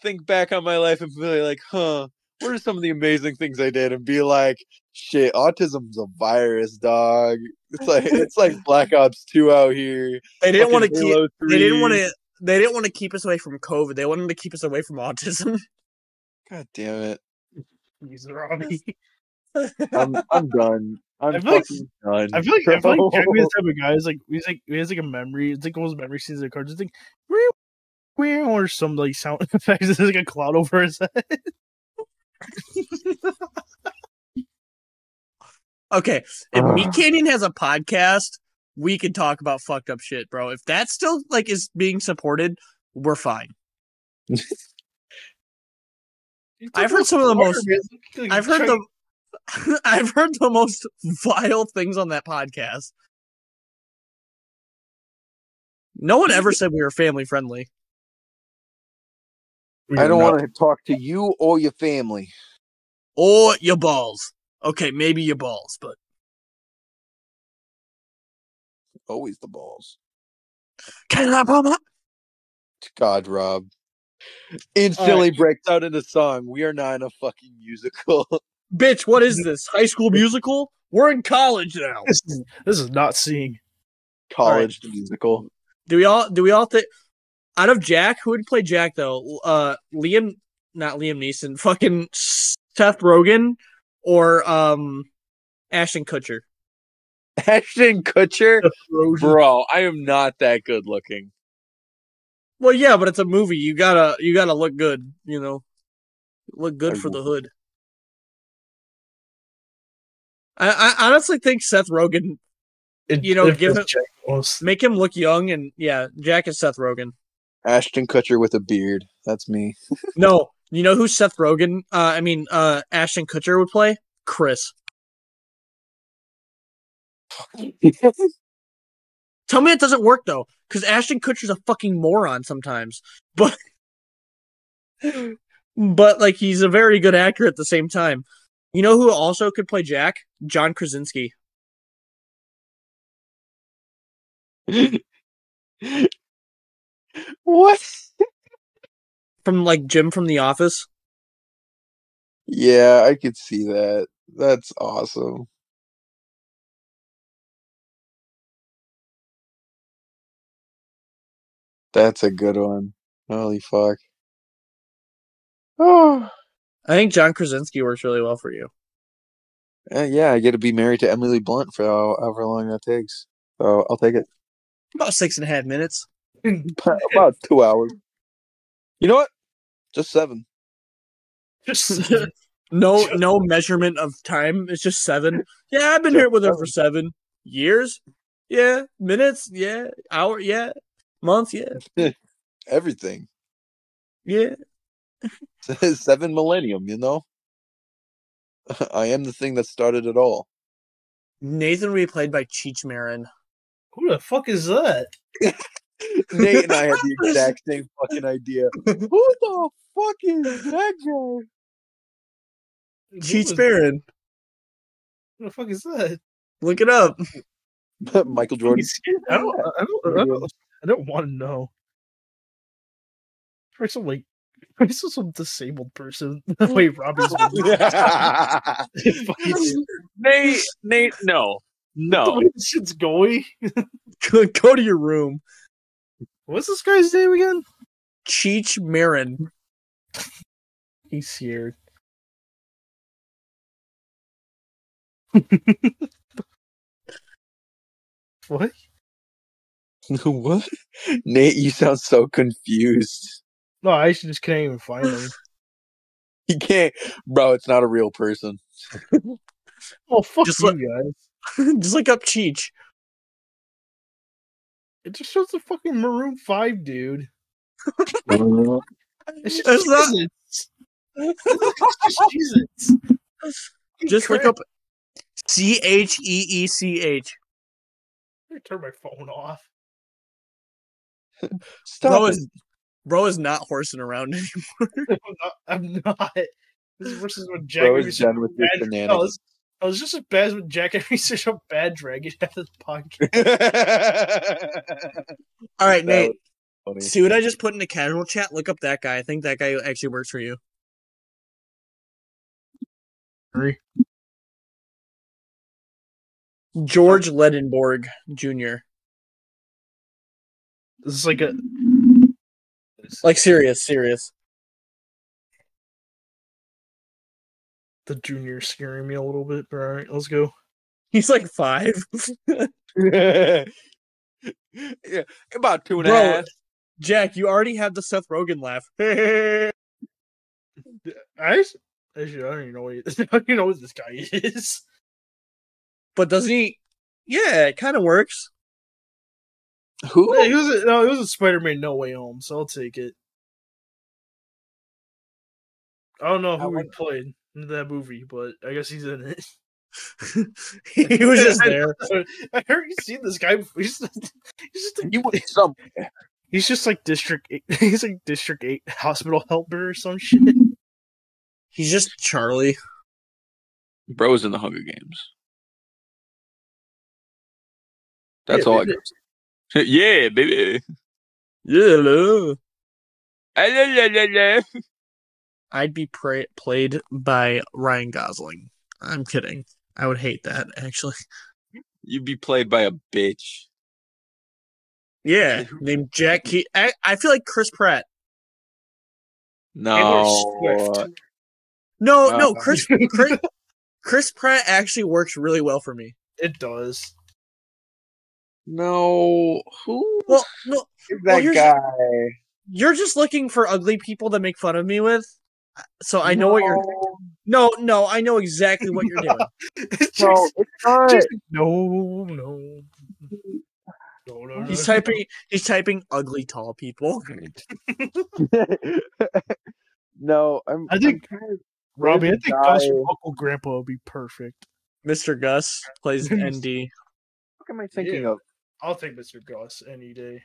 [SPEAKER 4] think back on my life and be like, huh, what are some of the amazing things I did? And be like, shit, autism's a virus, dog. It's like, it's like Black Ops 2 out here.
[SPEAKER 2] They didn't want to
[SPEAKER 4] fucking
[SPEAKER 2] keep.
[SPEAKER 4] Halo
[SPEAKER 2] They didn't want
[SPEAKER 4] 3.
[SPEAKER 2] to. They didn't want to keep us away from COVID. They wanted to keep us away from autism.
[SPEAKER 4] God damn it.
[SPEAKER 1] Jeez, Robbie.
[SPEAKER 2] Um,
[SPEAKER 4] I'm, I'm done. I'm
[SPEAKER 1] I feel like-
[SPEAKER 4] fucking done.
[SPEAKER 1] I feel like I feel like Jack
[SPEAKER 4] bro.
[SPEAKER 1] is the type of guy is like he's like he has like a memory. It's like one of those memory scenes in cards. It's like where where or some like sound effects. There's like a cloud over his head.
[SPEAKER 2] okay, if Meat
[SPEAKER 4] Ugh.
[SPEAKER 2] Canyon has a podcast, we can talk about fucked up shit, bro. If that still like is being supported, we're fine. I've heard some of the most- I've heard the I've heard the most vile things on that podcast. No one ever said we were family friendly.
[SPEAKER 4] I don't want to talk to you or your family.
[SPEAKER 2] Or your balls. Okay, maybe your balls, but
[SPEAKER 4] Always the balls.
[SPEAKER 2] can I bomb up?
[SPEAKER 4] God, Rob. Instantly breaks out into song. We are not in a fucking musical.
[SPEAKER 2] Bitch, what is this? High school musical? We're in college now.
[SPEAKER 1] This is, this is not seeing.
[SPEAKER 4] College musical.
[SPEAKER 2] Do we all do we all think out of Jack, who would play Jack though? Uh Liam not Liam Neeson, fucking Seth Rogen or um Ashton Kutcher.
[SPEAKER 4] Ashton Kutcher.
[SPEAKER 1] Frozen.
[SPEAKER 4] Bro, I am not that good looking.
[SPEAKER 2] Well yeah, but it's a movie. You gotta you gotta look good, you know. Look good
[SPEAKER 4] I
[SPEAKER 2] for the
[SPEAKER 4] will.
[SPEAKER 2] hood. I, I honestly think Seth Rogen
[SPEAKER 1] It-
[SPEAKER 2] You know,
[SPEAKER 1] it
[SPEAKER 2] give
[SPEAKER 1] was
[SPEAKER 2] it-
[SPEAKER 1] Jack Nicholson.
[SPEAKER 2] make him look young and yeah, Jack is Seth Rogen.
[SPEAKER 4] Ashton Kutcher with a beard. That's me.
[SPEAKER 2] No, you know who Seth Rogen, uh, I mean, uh, Ashton Kutcher would play? Chris. Tell me it doesn't work though, because Ashton Kutcher's a fucking moron sometimes. But, but like he's a very good actor at the same time. You know who also could play Jack? John Krasinski.
[SPEAKER 4] what?
[SPEAKER 2] From like Jim from The Office.
[SPEAKER 4] Yeah, I could see that. That's awesome. That's a good one. Holy fuck. Oh,
[SPEAKER 2] I think John Krasinski works really well for you.
[SPEAKER 4] Eh, yeah, I get to be married to Emily Blunt for how- however long that takes. So I'll take it.
[SPEAKER 2] About six and a half minutes.
[SPEAKER 4] About two hours. You know what? Just seven.
[SPEAKER 1] Just
[SPEAKER 2] No, no measurement of time. It's just seven. Yeah, I've been here with her for seven years. Yeah, minutes. Yeah, hour. Yeah, month. Yeah,
[SPEAKER 4] Everything.
[SPEAKER 2] yeah.
[SPEAKER 4] seven millennium, you know? I am the thing that started it all.
[SPEAKER 2] Nathan will be played by Cheech Marin.
[SPEAKER 1] who the fuck is that?
[SPEAKER 4] Nate and I had the exact same fucking idea. Who the fuck is that
[SPEAKER 1] Who is-
[SPEAKER 2] Cheech Marin.
[SPEAKER 1] Who the fuck is that?
[SPEAKER 2] Look it up.
[SPEAKER 4] guy? Michael Jordan.
[SPEAKER 1] He's- I don't. I don't. I don't, I don't want to know. For some like, for some, some disabled person, the way Robbie's. fucking-
[SPEAKER 4] Nate, Nate, no,
[SPEAKER 1] The
[SPEAKER 4] no.
[SPEAKER 1] way this shit's going.
[SPEAKER 2] Go go to your room.
[SPEAKER 1] What's this guy's name again?
[SPEAKER 2] Cheech Marin.
[SPEAKER 1] He's here. what?
[SPEAKER 4] what? Nate, you sound so confused.
[SPEAKER 1] No, I actually just can't even find him.
[SPEAKER 4] You can't, bro. It's not a real person.
[SPEAKER 1] Oh fuck
[SPEAKER 2] Just
[SPEAKER 1] you
[SPEAKER 2] let-
[SPEAKER 1] guys!
[SPEAKER 2] Just look up Cheech.
[SPEAKER 1] It just shows the fucking Maroon Five dude. It's just
[SPEAKER 2] That's not-
[SPEAKER 1] Jesus. It's just Jesus.
[SPEAKER 2] Just look
[SPEAKER 1] Crap.
[SPEAKER 2] up C H E E C H.
[SPEAKER 1] I'm gonna turn my phone off.
[SPEAKER 4] Stop.
[SPEAKER 2] Bro
[SPEAKER 4] it.
[SPEAKER 2] is bro is not horsing around anymore.
[SPEAKER 1] I'm not. I'm not. This is versus when Jack
[SPEAKER 4] Bro
[SPEAKER 1] Henry
[SPEAKER 4] is
[SPEAKER 1] said
[SPEAKER 4] done with your
[SPEAKER 1] bad- no,
[SPEAKER 4] shenanigans.
[SPEAKER 1] this- I was just as bad as when Jack Henry said a bad dragon at this podcast.
[SPEAKER 2] All right,
[SPEAKER 4] That
[SPEAKER 2] Nate.
[SPEAKER 4] was funny.
[SPEAKER 2] See what I just put in the casual chat? Look up that guy. I think that guy actually works for you.
[SPEAKER 1] Henry.
[SPEAKER 2] George Ledenborg Jr.
[SPEAKER 1] This is like a
[SPEAKER 2] Like serious, serious.
[SPEAKER 1] the junior scaring me a little bit. But all right, let's go.
[SPEAKER 2] He's like five.
[SPEAKER 4] yeah, about two and a
[SPEAKER 2] Bro.
[SPEAKER 4] half.
[SPEAKER 2] Jack, you already have the Seth Rogen laugh.
[SPEAKER 1] I s- actually I don't even know what he, I don't even know what this guy is.
[SPEAKER 2] but doesn't he? Yeah, it kind of works.
[SPEAKER 4] Who?
[SPEAKER 1] Hey, It was a, no, it was a Spider-Man No Way Home, so I'll take it. I don't know who he
[SPEAKER 3] wonder-
[SPEAKER 1] played in that movie, but I guess he's in it.
[SPEAKER 2] he was just there.
[SPEAKER 1] I heard you seen this guy. before. He's just, he's just
[SPEAKER 3] You would some.
[SPEAKER 1] He's just like district. Eight, he's like district eight hospital helper or some shit.
[SPEAKER 2] He's just Charlie.
[SPEAKER 4] Bro's in the Hunger Games. That's
[SPEAKER 1] Yeah,
[SPEAKER 4] all. I
[SPEAKER 1] baby.
[SPEAKER 4] got. yeah, baby.
[SPEAKER 2] Yeah. hello.
[SPEAKER 4] Ah, la, la, la, la.
[SPEAKER 2] I'd be pra- played by Ryan Gosling. I'm kidding. I would hate that actually.
[SPEAKER 4] You'd be played by a bitch.
[SPEAKER 2] Yeah, named Jack. Ke- I I feel like Chris Pratt.
[SPEAKER 4] No,
[SPEAKER 2] No,
[SPEAKER 4] Uh,
[SPEAKER 2] no, Chris, Chris Chris Pratt actually works really well for me.
[SPEAKER 1] It does.
[SPEAKER 4] no. Who?
[SPEAKER 2] Well, no,
[SPEAKER 4] is
[SPEAKER 2] well, here's-
[SPEAKER 4] guy.
[SPEAKER 2] you're just looking for ugly people to make fun of me with. So I know what you're. No, no, I know exactly what you're doing.
[SPEAKER 1] It's
[SPEAKER 3] No,
[SPEAKER 1] just-
[SPEAKER 3] it's not.
[SPEAKER 1] just- no, no, no, no. no.
[SPEAKER 2] He's typing. He's typing ugly tall people.
[SPEAKER 3] no, I'm.
[SPEAKER 1] I think-
[SPEAKER 3] I'm kind of-
[SPEAKER 1] Robbie. I
[SPEAKER 3] there's a
[SPEAKER 1] think Gus
[SPEAKER 3] guy-
[SPEAKER 1] from Uncle Grandpa would be perfect.
[SPEAKER 2] Mr. Gus plays ND.
[SPEAKER 3] What am I thinking
[SPEAKER 1] Yeah.
[SPEAKER 3] of?
[SPEAKER 1] I'll take Mr. Gus any day.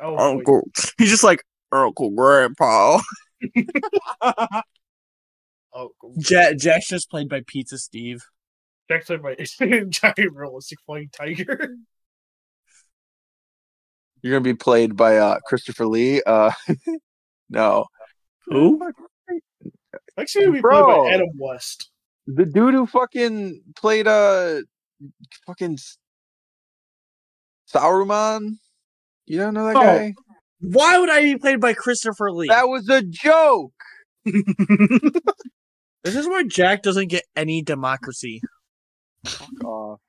[SPEAKER 1] Oh,
[SPEAKER 2] Uncle. He's just like Uncle Grandpa.
[SPEAKER 1] Uncle.
[SPEAKER 2] Jack, Jack's just played by Pizza Steve.
[SPEAKER 1] Jack's like my giant realistic flying tiger.
[SPEAKER 4] You're gonna be played by uh, Christopher Lee. Uh, no,
[SPEAKER 2] Who?
[SPEAKER 1] Actually, we played
[SPEAKER 4] Bro.
[SPEAKER 1] by Adam West.
[SPEAKER 4] the dude who fucking played uh, fucking S- Sauron. You don't know that
[SPEAKER 2] Oh.
[SPEAKER 4] guy?
[SPEAKER 2] Why would I be played by Christopher Lee?
[SPEAKER 4] That was a joke.
[SPEAKER 2] This is why Jack doesn't get any democracy.
[SPEAKER 3] Fuck off.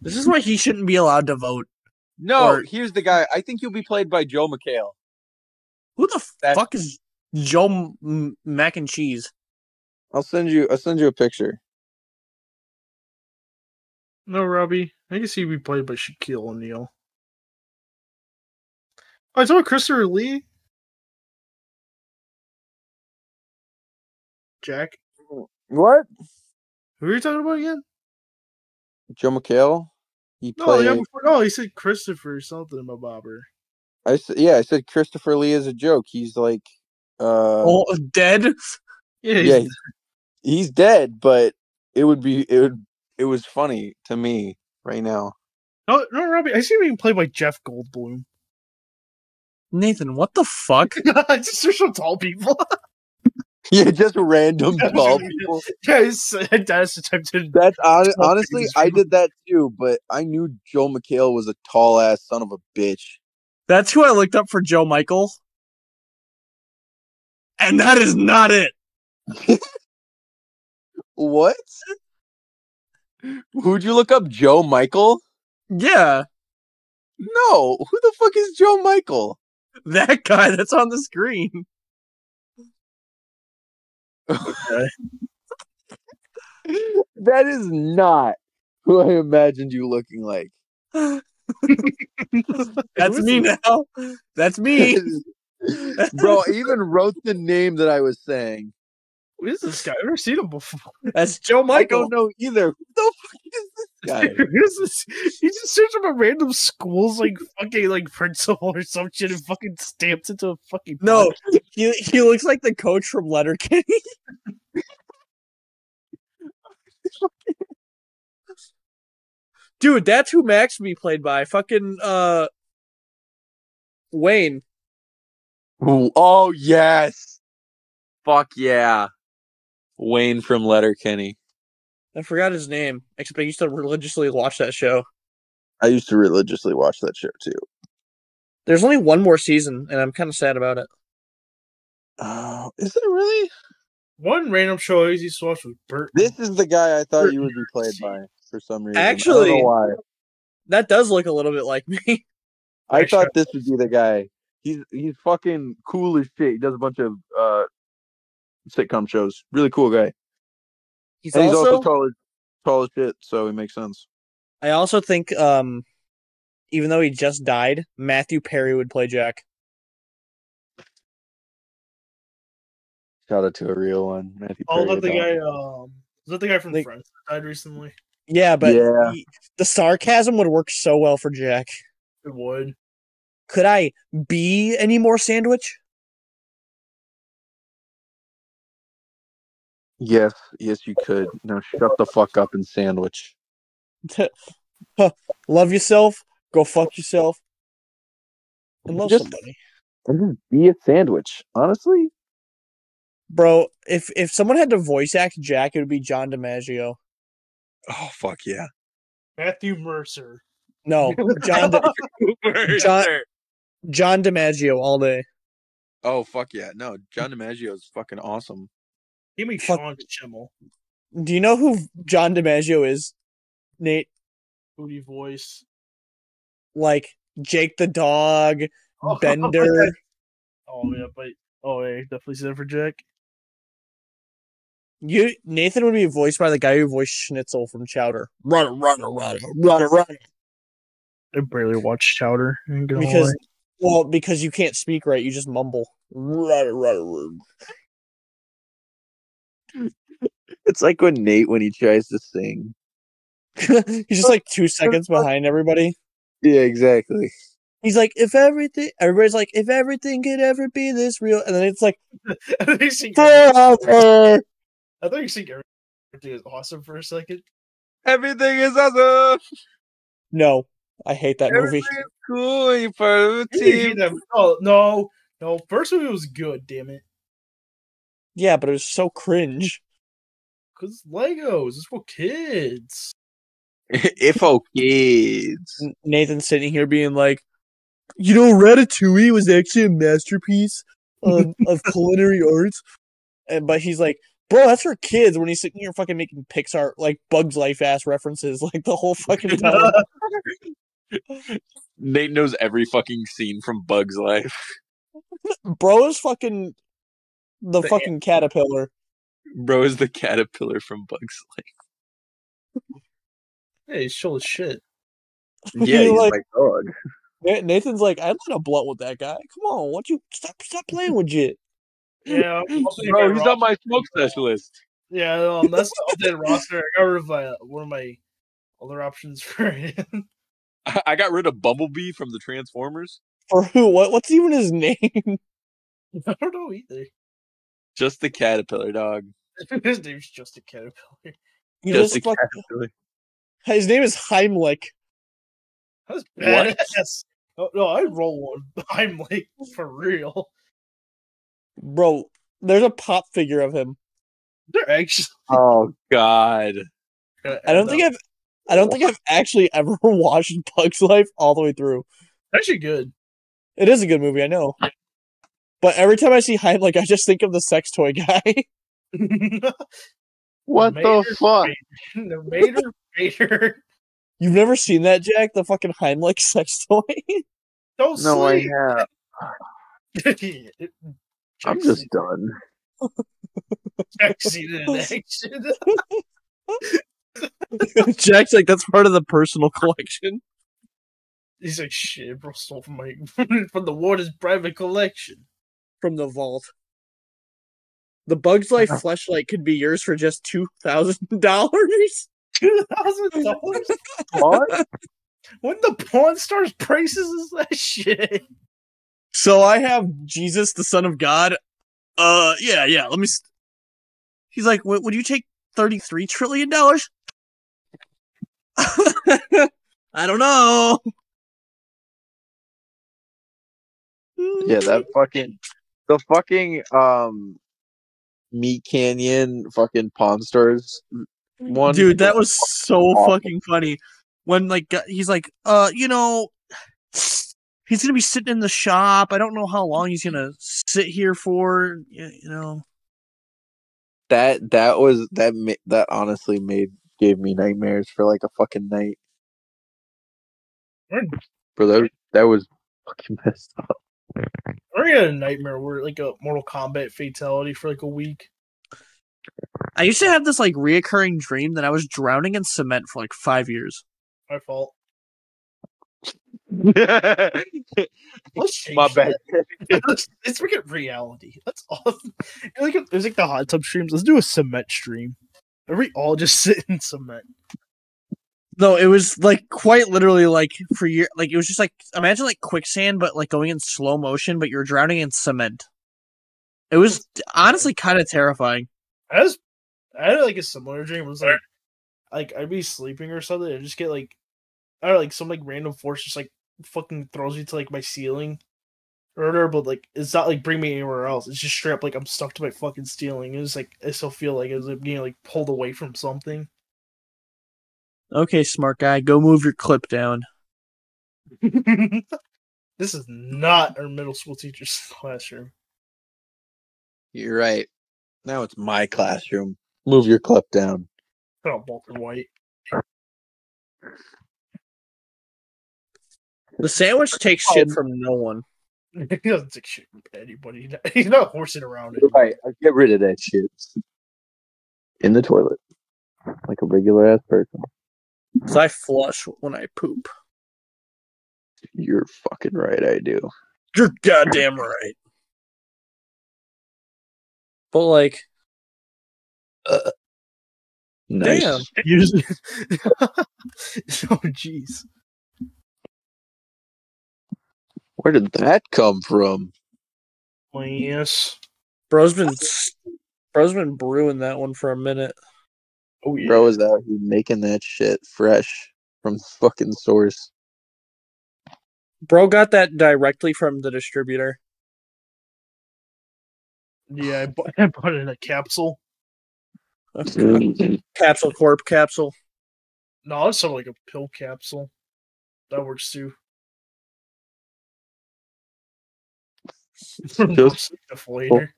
[SPEAKER 2] This is why he shouldn't be allowed to vote.
[SPEAKER 4] No,
[SPEAKER 2] Or-
[SPEAKER 4] here's the guy. I think you'll be played by Joe McHale.
[SPEAKER 2] Who the
[SPEAKER 4] That-
[SPEAKER 2] fuck is Joe M- M- Mac and Cheese?
[SPEAKER 4] I'll send you. I'll send you a picture.
[SPEAKER 1] No, Robbie. I guess he'd be played by Shaquille O'Neal. Oh, it's about Christopher Lee. Jack,
[SPEAKER 4] What?
[SPEAKER 1] who are you talking about again?
[SPEAKER 4] Joe McHale. He
[SPEAKER 1] No,
[SPEAKER 4] played.
[SPEAKER 1] yeah, before, no, he said Christopher something about Bobber.
[SPEAKER 4] I s- yeah, I said Christopher Lee is a joke. He's like, uh,
[SPEAKER 2] Oh, dead?
[SPEAKER 1] Yeah,
[SPEAKER 4] yeah,
[SPEAKER 1] yeah.
[SPEAKER 4] he's, he's dead. But it would be it would it was funny to me right now.
[SPEAKER 1] No, no, Robbie. I see him being played by Jeff Goldblum.
[SPEAKER 2] Nathan, what the fuck?
[SPEAKER 1] it's just there's some tall people.
[SPEAKER 4] Yeah, just random
[SPEAKER 1] Yeah,
[SPEAKER 4] tall
[SPEAKER 1] yeah.
[SPEAKER 4] people.
[SPEAKER 1] yeah, it's, that's the type to.
[SPEAKER 4] That's hon-
[SPEAKER 1] Just all
[SPEAKER 4] honestly,
[SPEAKER 1] things
[SPEAKER 4] I
[SPEAKER 1] from-
[SPEAKER 4] did that too. But I knew Joe McHale was a tall ass son of a bitch.
[SPEAKER 2] That's who I looked up for Joe Michael. And that is not it.
[SPEAKER 4] What? Who'd you look up? Joe Michael?
[SPEAKER 2] Yeah,
[SPEAKER 4] No, who the fuck is Joe Michael?
[SPEAKER 2] that guy that's on the screen.
[SPEAKER 4] that is not who I imagined you looking like.
[SPEAKER 2] That's me now. That's me.
[SPEAKER 4] Bro, I even wrote the name that I was saying.
[SPEAKER 1] Who is this guy? I've never seen him before.
[SPEAKER 2] That's Joe
[SPEAKER 4] I
[SPEAKER 2] Michael.
[SPEAKER 4] don't know either. Who the fuck is this guy?
[SPEAKER 1] Who is this? He just searched up a random school's like fucking like principal or some shit and fucking stamped into a fucking
[SPEAKER 2] No, he, he looks like the coach from Letterkenny. Dude, that's who Max be played by. Fucking uh Wayne.
[SPEAKER 4] Ooh, Oh yes. Fuck yeah. Wayne from Letterkenny.
[SPEAKER 2] I forgot his name. Except I used to religiously watch that show.
[SPEAKER 4] I used to religiously watch that show too.
[SPEAKER 2] There's only one more season, and I'm kind of sad about it.
[SPEAKER 4] Oh, is it really?
[SPEAKER 1] One random show I used to watch was Bert.
[SPEAKER 4] This is the guy I thought you would be played by for some reason. I don't
[SPEAKER 2] Actually-
[SPEAKER 4] know why.
[SPEAKER 2] That does look a little bit like me.
[SPEAKER 4] I
[SPEAKER 1] Nice
[SPEAKER 4] thought
[SPEAKER 1] shot.
[SPEAKER 4] this would be the guy. He's he's fucking cool as shit. He does a bunch of uh sitcom shows. Really cool guy.
[SPEAKER 2] He's
[SPEAKER 4] and he's also,
[SPEAKER 2] also
[SPEAKER 4] tall as tall as shit, so it makes sense.
[SPEAKER 2] I also think um even though he just died, Matthew Perry would play Jack.
[SPEAKER 4] Shout out to a real one, Matthew.
[SPEAKER 1] All about Oh, the
[SPEAKER 4] Perry, dog.
[SPEAKER 1] guy. Um, is that the guy from
[SPEAKER 2] Like-
[SPEAKER 1] Friends that died recently?
[SPEAKER 2] Yeah, but
[SPEAKER 4] Yeah.
[SPEAKER 2] he- the sarcasm would work so well for Jack.
[SPEAKER 1] It would.
[SPEAKER 2] Could I be any more sandwich?
[SPEAKER 4] Yes, yes, you could. No, shut the fuck up and sandwich.
[SPEAKER 2] Love yourself. Go fuck yourself. And love
[SPEAKER 4] Just-
[SPEAKER 2] somebody,
[SPEAKER 4] And just be a sandwich. Honestly,
[SPEAKER 2] bro. If if someone had to voice act Jack, it would be John DiMaggio.
[SPEAKER 4] oh fuck yeah.
[SPEAKER 1] Matthew Mercer.
[SPEAKER 2] No, John Di- John John DiMaggio all day.
[SPEAKER 4] Oh fuck yeah. No, John DiMaggio is fucking awesome.
[SPEAKER 1] Give me
[SPEAKER 2] Fuck.
[SPEAKER 1] Sean Schimmel.
[SPEAKER 2] Do you know who John DiMaggio is? Nate,
[SPEAKER 1] Booty voice.
[SPEAKER 2] like Jake the dog,
[SPEAKER 1] Oh,
[SPEAKER 2] Bender.
[SPEAKER 1] oh yeah, but oh yeah, definitely said for Jack.
[SPEAKER 2] You Nathan would be voiced by the guy who voiced Schnitzel from Chowder. Run, run, run, run, run.
[SPEAKER 1] I barely watched Chowder. I ain't gonna
[SPEAKER 2] Because
[SPEAKER 1] lie.
[SPEAKER 2] well, because you can't speak right, you just mumble. Run, run, run.
[SPEAKER 4] It's like when Nate when he tries to sing.
[SPEAKER 2] He's just like two seconds behind everybody.
[SPEAKER 4] Yeah, exactly.
[SPEAKER 2] He's like, if everything, everybody's like, if everything could ever be this real, and then it's like,
[SPEAKER 1] I thought you sing-
[SPEAKER 2] forever.
[SPEAKER 1] I thought you said everything was awesome for a second.
[SPEAKER 4] Everything is awesome.
[SPEAKER 2] No, I hate that
[SPEAKER 4] Everything
[SPEAKER 2] movie.
[SPEAKER 4] is cool. You're part of a
[SPEAKER 1] You didn't hate
[SPEAKER 4] team.
[SPEAKER 1] that- Oh no, no. First movie was good. Damn it,
[SPEAKER 2] Yeah, but it was so cringe.
[SPEAKER 1] because Legos. It's for kids.
[SPEAKER 4] if oh kids.
[SPEAKER 2] N- Nathan sitting here being like, you know, Ratatouille was actually a masterpiece of, of culinary arts. And, but he's like, bro, that's for kids when he's sitting here fucking making Pixar, like Bugs Life ass references, like the whole fucking time.
[SPEAKER 4] Nate knows every fucking scene from Bug's Life.
[SPEAKER 2] bro is fucking the
[SPEAKER 1] The
[SPEAKER 2] fucking caterpillar.
[SPEAKER 4] Bro is the caterpillar from Bug's
[SPEAKER 1] Hey, he's chill as shit.
[SPEAKER 4] Life.
[SPEAKER 2] Yeah, he's Like-
[SPEAKER 4] my dog.
[SPEAKER 2] Na- Nathan's like, I'm not a blunt with that guy. Come on, what you stop stop playing with it.
[SPEAKER 1] Yeah, I'm- I'm
[SPEAKER 4] Bro, he's
[SPEAKER 2] "Oh,
[SPEAKER 1] Ross-
[SPEAKER 4] on my smoke specialist.
[SPEAKER 1] Yeah, um, that's the updated roster. I got rid of my, one of my other options for him.
[SPEAKER 4] I I got rid of Bumblebee from the Transformers.
[SPEAKER 2] For who? What? What's even his name?
[SPEAKER 1] I don't know either.
[SPEAKER 4] Just the caterpillar dog.
[SPEAKER 1] His name's just a caterpillar.
[SPEAKER 2] You
[SPEAKER 4] Just
[SPEAKER 2] just
[SPEAKER 4] a
[SPEAKER 2] fuck-
[SPEAKER 4] caterpillar.
[SPEAKER 2] his name is Heimlich.
[SPEAKER 1] That's
[SPEAKER 4] What?
[SPEAKER 1] badass. No, no, I roll one. I'm like for real.
[SPEAKER 2] Bro, there's a pop figure of him.
[SPEAKER 1] They're actually.
[SPEAKER 4] Oh God.
[SPEAKER 2] I don't think I've I don't think I've actually ever watched Bugs Life all the way through.
[SPEAKER 1] actually good.
[SPEAKER 2] It is a good movie, I know. But every time I see Heimlich, I just think of the sex toy guy.
[SPEAKER 4] What
[SPEAKER 1] Mater-
[SPEAKER 4] the fuck?
[SPEAKER 1] the Mater Vader.
[SPEAKER 2] You've never seen that, Jack? The fucking Heimlich sex toy?
[SPEAKER 1] Don't
[SPEAKER 4] No, I
[SPEAKER 1] sleep.
[SPEAKER 4] have. I'm just
[SPEAKER 1] Jackson-
[SPEAKER 4] done.
[SPEAKER 1] Jackson in action.
[SPEAKER 2] Jack's like, that's part of the personal collection.
[SPEAKER 1] He's like, shit, bro, stole from my from the warden's private collection.
[SPEAKER 2] from the vault. The Bugs Life flashlight could be yours for just two thousand dollars.
[SPEAKER 1] Two thousand dollars.
[SPEAKER 4] What?
[SPEAKER 1] When the Pawn Stars prices is that shit?
[SPEAKER 2] So I have Jesus, the Son of God. Uh, yeah, yeah. Let me. s He's like, "Would- would you take thirty-three trillion dollars? I don't know.
[SPEAKER 4] yeah, that fucking the fucking um Meat Canyon fucking Pawn Stars one.
[SPEAKER 2] dude that was so
[SPEAKER 4] awful.
[SPEAKER 2] fucking funny when like gu- he's like uh you know he's gonna be sitting in the shop i don't know how long he's gonna sit here for y- you know
[SPEAKER 4] that that was that ma- that honestly made gave me nightmares for like a fucking night.
[SPEAKER 1] Mm.
[SPEAKER 4] Bro, that that was fucking messed up.
[SPEAKER 1] Or you had a nightmare where like a Mortal Kombat fatality for like a week.
[SPEAKER 2] i used to have this like reoccurring dream that i was drowning in cement for like five years
[SPEAKER 1] My fault. Let's change
[SPEAKER 4] My bad.
[SPEAKER 1] that. Let's, let's make it reality. That's awesome. Like, there's like the hot tub streams. Let's do a cement stream. Are we all just sit in cement?
[SPEAKER 2] No, it was like quite literally like for year like it was just like imagine like quicksand but like going in slow motion but you're drowning in cement. It was honestly kind of terrifying.
[SPEAKER 1] I was, I had like a similar dream. It was like, like I'd be sleeping or something, and just get like, I don't know, like some like random force just like fucking throws me to like my ceiling, or whatever. But like, it's not like bring me anywhere else. It's just straight up like I'm stuck to my fucking ceiling. It was like I still feel like I was like, being like pulled away from something.
[SPEAKER 2] Okay, smart guy, go move your clip down.
[SPEAKER 1] this is not our middle school teacher's classroom.
[SPEAKER 4] You're right. Now it's my classroom. Move your clip down.
[SPEAKER 1] Oh, Walter White.
[SPEAKER 2] The sandwich takes shit from no one.
[SPEAKER 1] he doesn't take shit from anybody. He's not- He's not horsing around.
[SPEAKER 4] You're
[SPEAKER 1] anymore.
[SPEAKER 4] right. I get rid of that shit.
[SPEAKER 3] in the toilet, like a regular ass person.
[SPEAKER 2] So I flush when I poop.
[SPEAKER 3] You're fucking right. I do.
[SPEAKER 2] You're goddamn right. But like,
[SPEAKER 4] Nice.
[SPEAKER 2] damn,
[SPEAKER 1] Usually. oh, jeez.
[SPEAKER 4] Where did that come from?
[SPEAKER 1] Well, yes.
[SPEAKER 2] bro's been bro's been brewing that one for a minute.
[SPEAKER 1] Oh, yeah.
[SPEAKER 4] Bro is out here making that shit fresh from the fucking source.
[SPEAKER 2] Bro got that directly from the distributor.
[SPEAKER 1] Yeah, I bought, I bought it in a capsule.
[SPEAKER 4] Mm.
[SPEAKER 2] Capsule Corp capsule.
[SPEAKER 1] No, it's sort of like a pill capsule. That works too.
[SPEAKER 4] Just-
[SPEAKER 1] Deflator.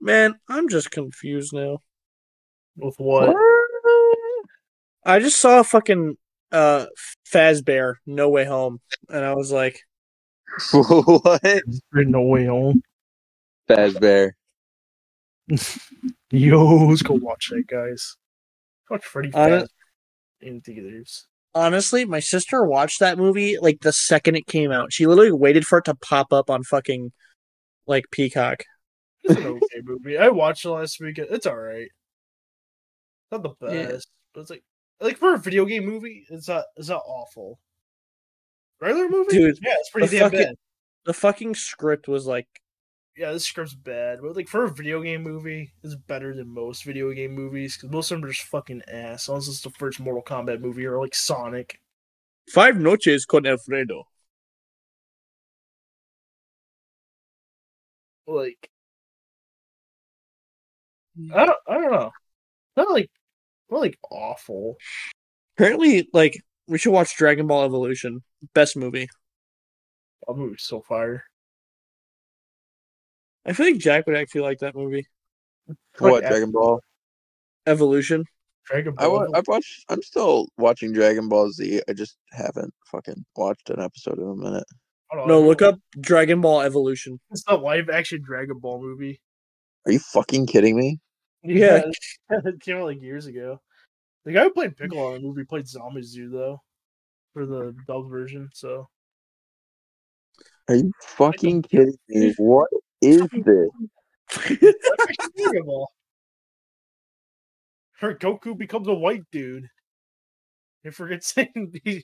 [SPEAKER 2] Man, I'm just confused now.
[SPEAKER 1] With what?
[SPEAKER 2] I just saw a fucking uh Fazbear No Way Home, and I was like,
[SPEAKER 4] what?
[SPEAKER 1] No way home.
[SPEAKER 4] Fazbear.
[SPEAKER 1] Yo, let's go watch that, guys. Watch Freddy
[SPEAKER 2] I don't-
[SPEAKER 1] Fazbear in theaters.
[SPEAKER 2] honestly, my sister watched that movie like the second it came out. She literally waited for it to pop up on fucking like Peacock.
[SPEAKER 1] It's an okay movie. I watched it last weekend. It's all right. Not the best,
[SPEAKER 2] Yeah.
[SPEAKER 1] but it's like like for a video game movie, it's not it's not awful. Regular movie,
[SPEAKER 2] Dude,
[SPEAKER 1] yeah, it's pretty
[SPEAKER 2] the
[SPEAKER 1] damn
[SPEAKER 2] fucking-
[SPEAKER 1] bad.
[SPEAKER 2] The fucking script was like,
[SPEAKER 1] Yeah, this script's bad, but like for a video game movie, it's better than most video game movies because most of them are just fucking ass. Unless it's the first Mortal Kombat movie or like Sonic.
[SPEAKER 2] Five noches con Alfredo.
[SPEAKER 1] Like I don't, I don't know. Not like not like awful.
[SPEAKER 2] Apparently, like, we should watch Dragon Ball Evolution. Best movie.
[SPEAKER 1] That movie's so fire.
[SPEAKER 2] I feel like Jack would actually like that movie.
[SPEAKER 4] What, Dragon Ball?
[SPEAKER 2] Evolution.
[SPEAKER 1] Dragon
[SPEAKER 4] I, wa-
[SPEAKER 1] Ball.
[SPEAKER 4] I've watched, I'm still watching Dragon Ball Z. I just haven't fucking watched an episode in a minute.
[SPEAKER 1] I don't
[SPEAKER 2] No,
[SPEAKER 1] know.
[SPEAKER 2] look up Dragon Ball Evolution.
[SPEAKER 1] It's the live action Dragon Ball movie.
[SPEAKER 4] Are you fucking kidding me?
[SPEAKER 2] Yeah.
[SPEAKER 1] it came out like years ago. The guy who played Piccolo in the movie played Zamazu though, for the dubbed version. So
[SPEAKER 4] Are you fucking kidding me? What is this?
[SPEAKER 1] Dragon Ball. Or Goku becomes a white dude. I forget saying yeah,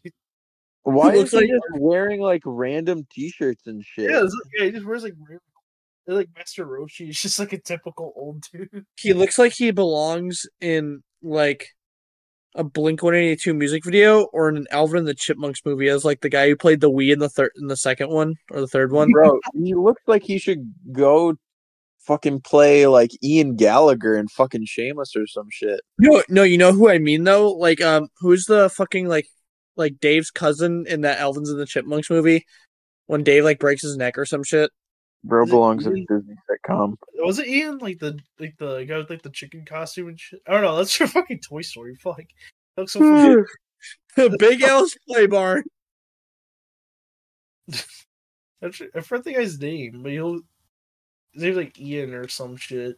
[SPEAKER 4] Why is
[SPEAKER 2] looks
[SPEAKER 4] he
[SPEAKER 2] like-
[SPEAKER 4] just wearing like random t-shirts and shit?
[SPEAKER 1] it's like- yeah, he just wears like real- they're like Master Roshi. He's just like a typical old dude.
[SPEAKER 2] he looks like he belongs in like a Blink One Eighty Two music video or in an Alvin and the Chipmunks movie as like the guy who played the Wii in the third in the second one or the third one.
[SPEAKER 4] Bro, he looks like he should go fucking play like Ian Gallagher and fucking Shameless or some shit.
[SPEAKER 2] No, no, you know who I mean though. Like, um, who's the fucking like like Dave's cousin in that Alvin's and the Chipmunks movie when Dave like breaks his neck or some shit.
[SPEAKER 4] Bro
[SPEAKER 1] Is it
[SPEAKER 4] belongs in
[SPEAKER 1] Ian?
[SPEAKER 4] a Disney sitcom.
[SPEAKER 1] Was it Ian like the like the guy with like the chicken costume and shit? I don't know. That's your fucking Toy Story. Fuck. That looks so familiar.
[SPEAKER 2] Big L's play bar.
[SPEAKER 1] Actually, I forgot the guy's name, but he'll his name's like Ian or some shit.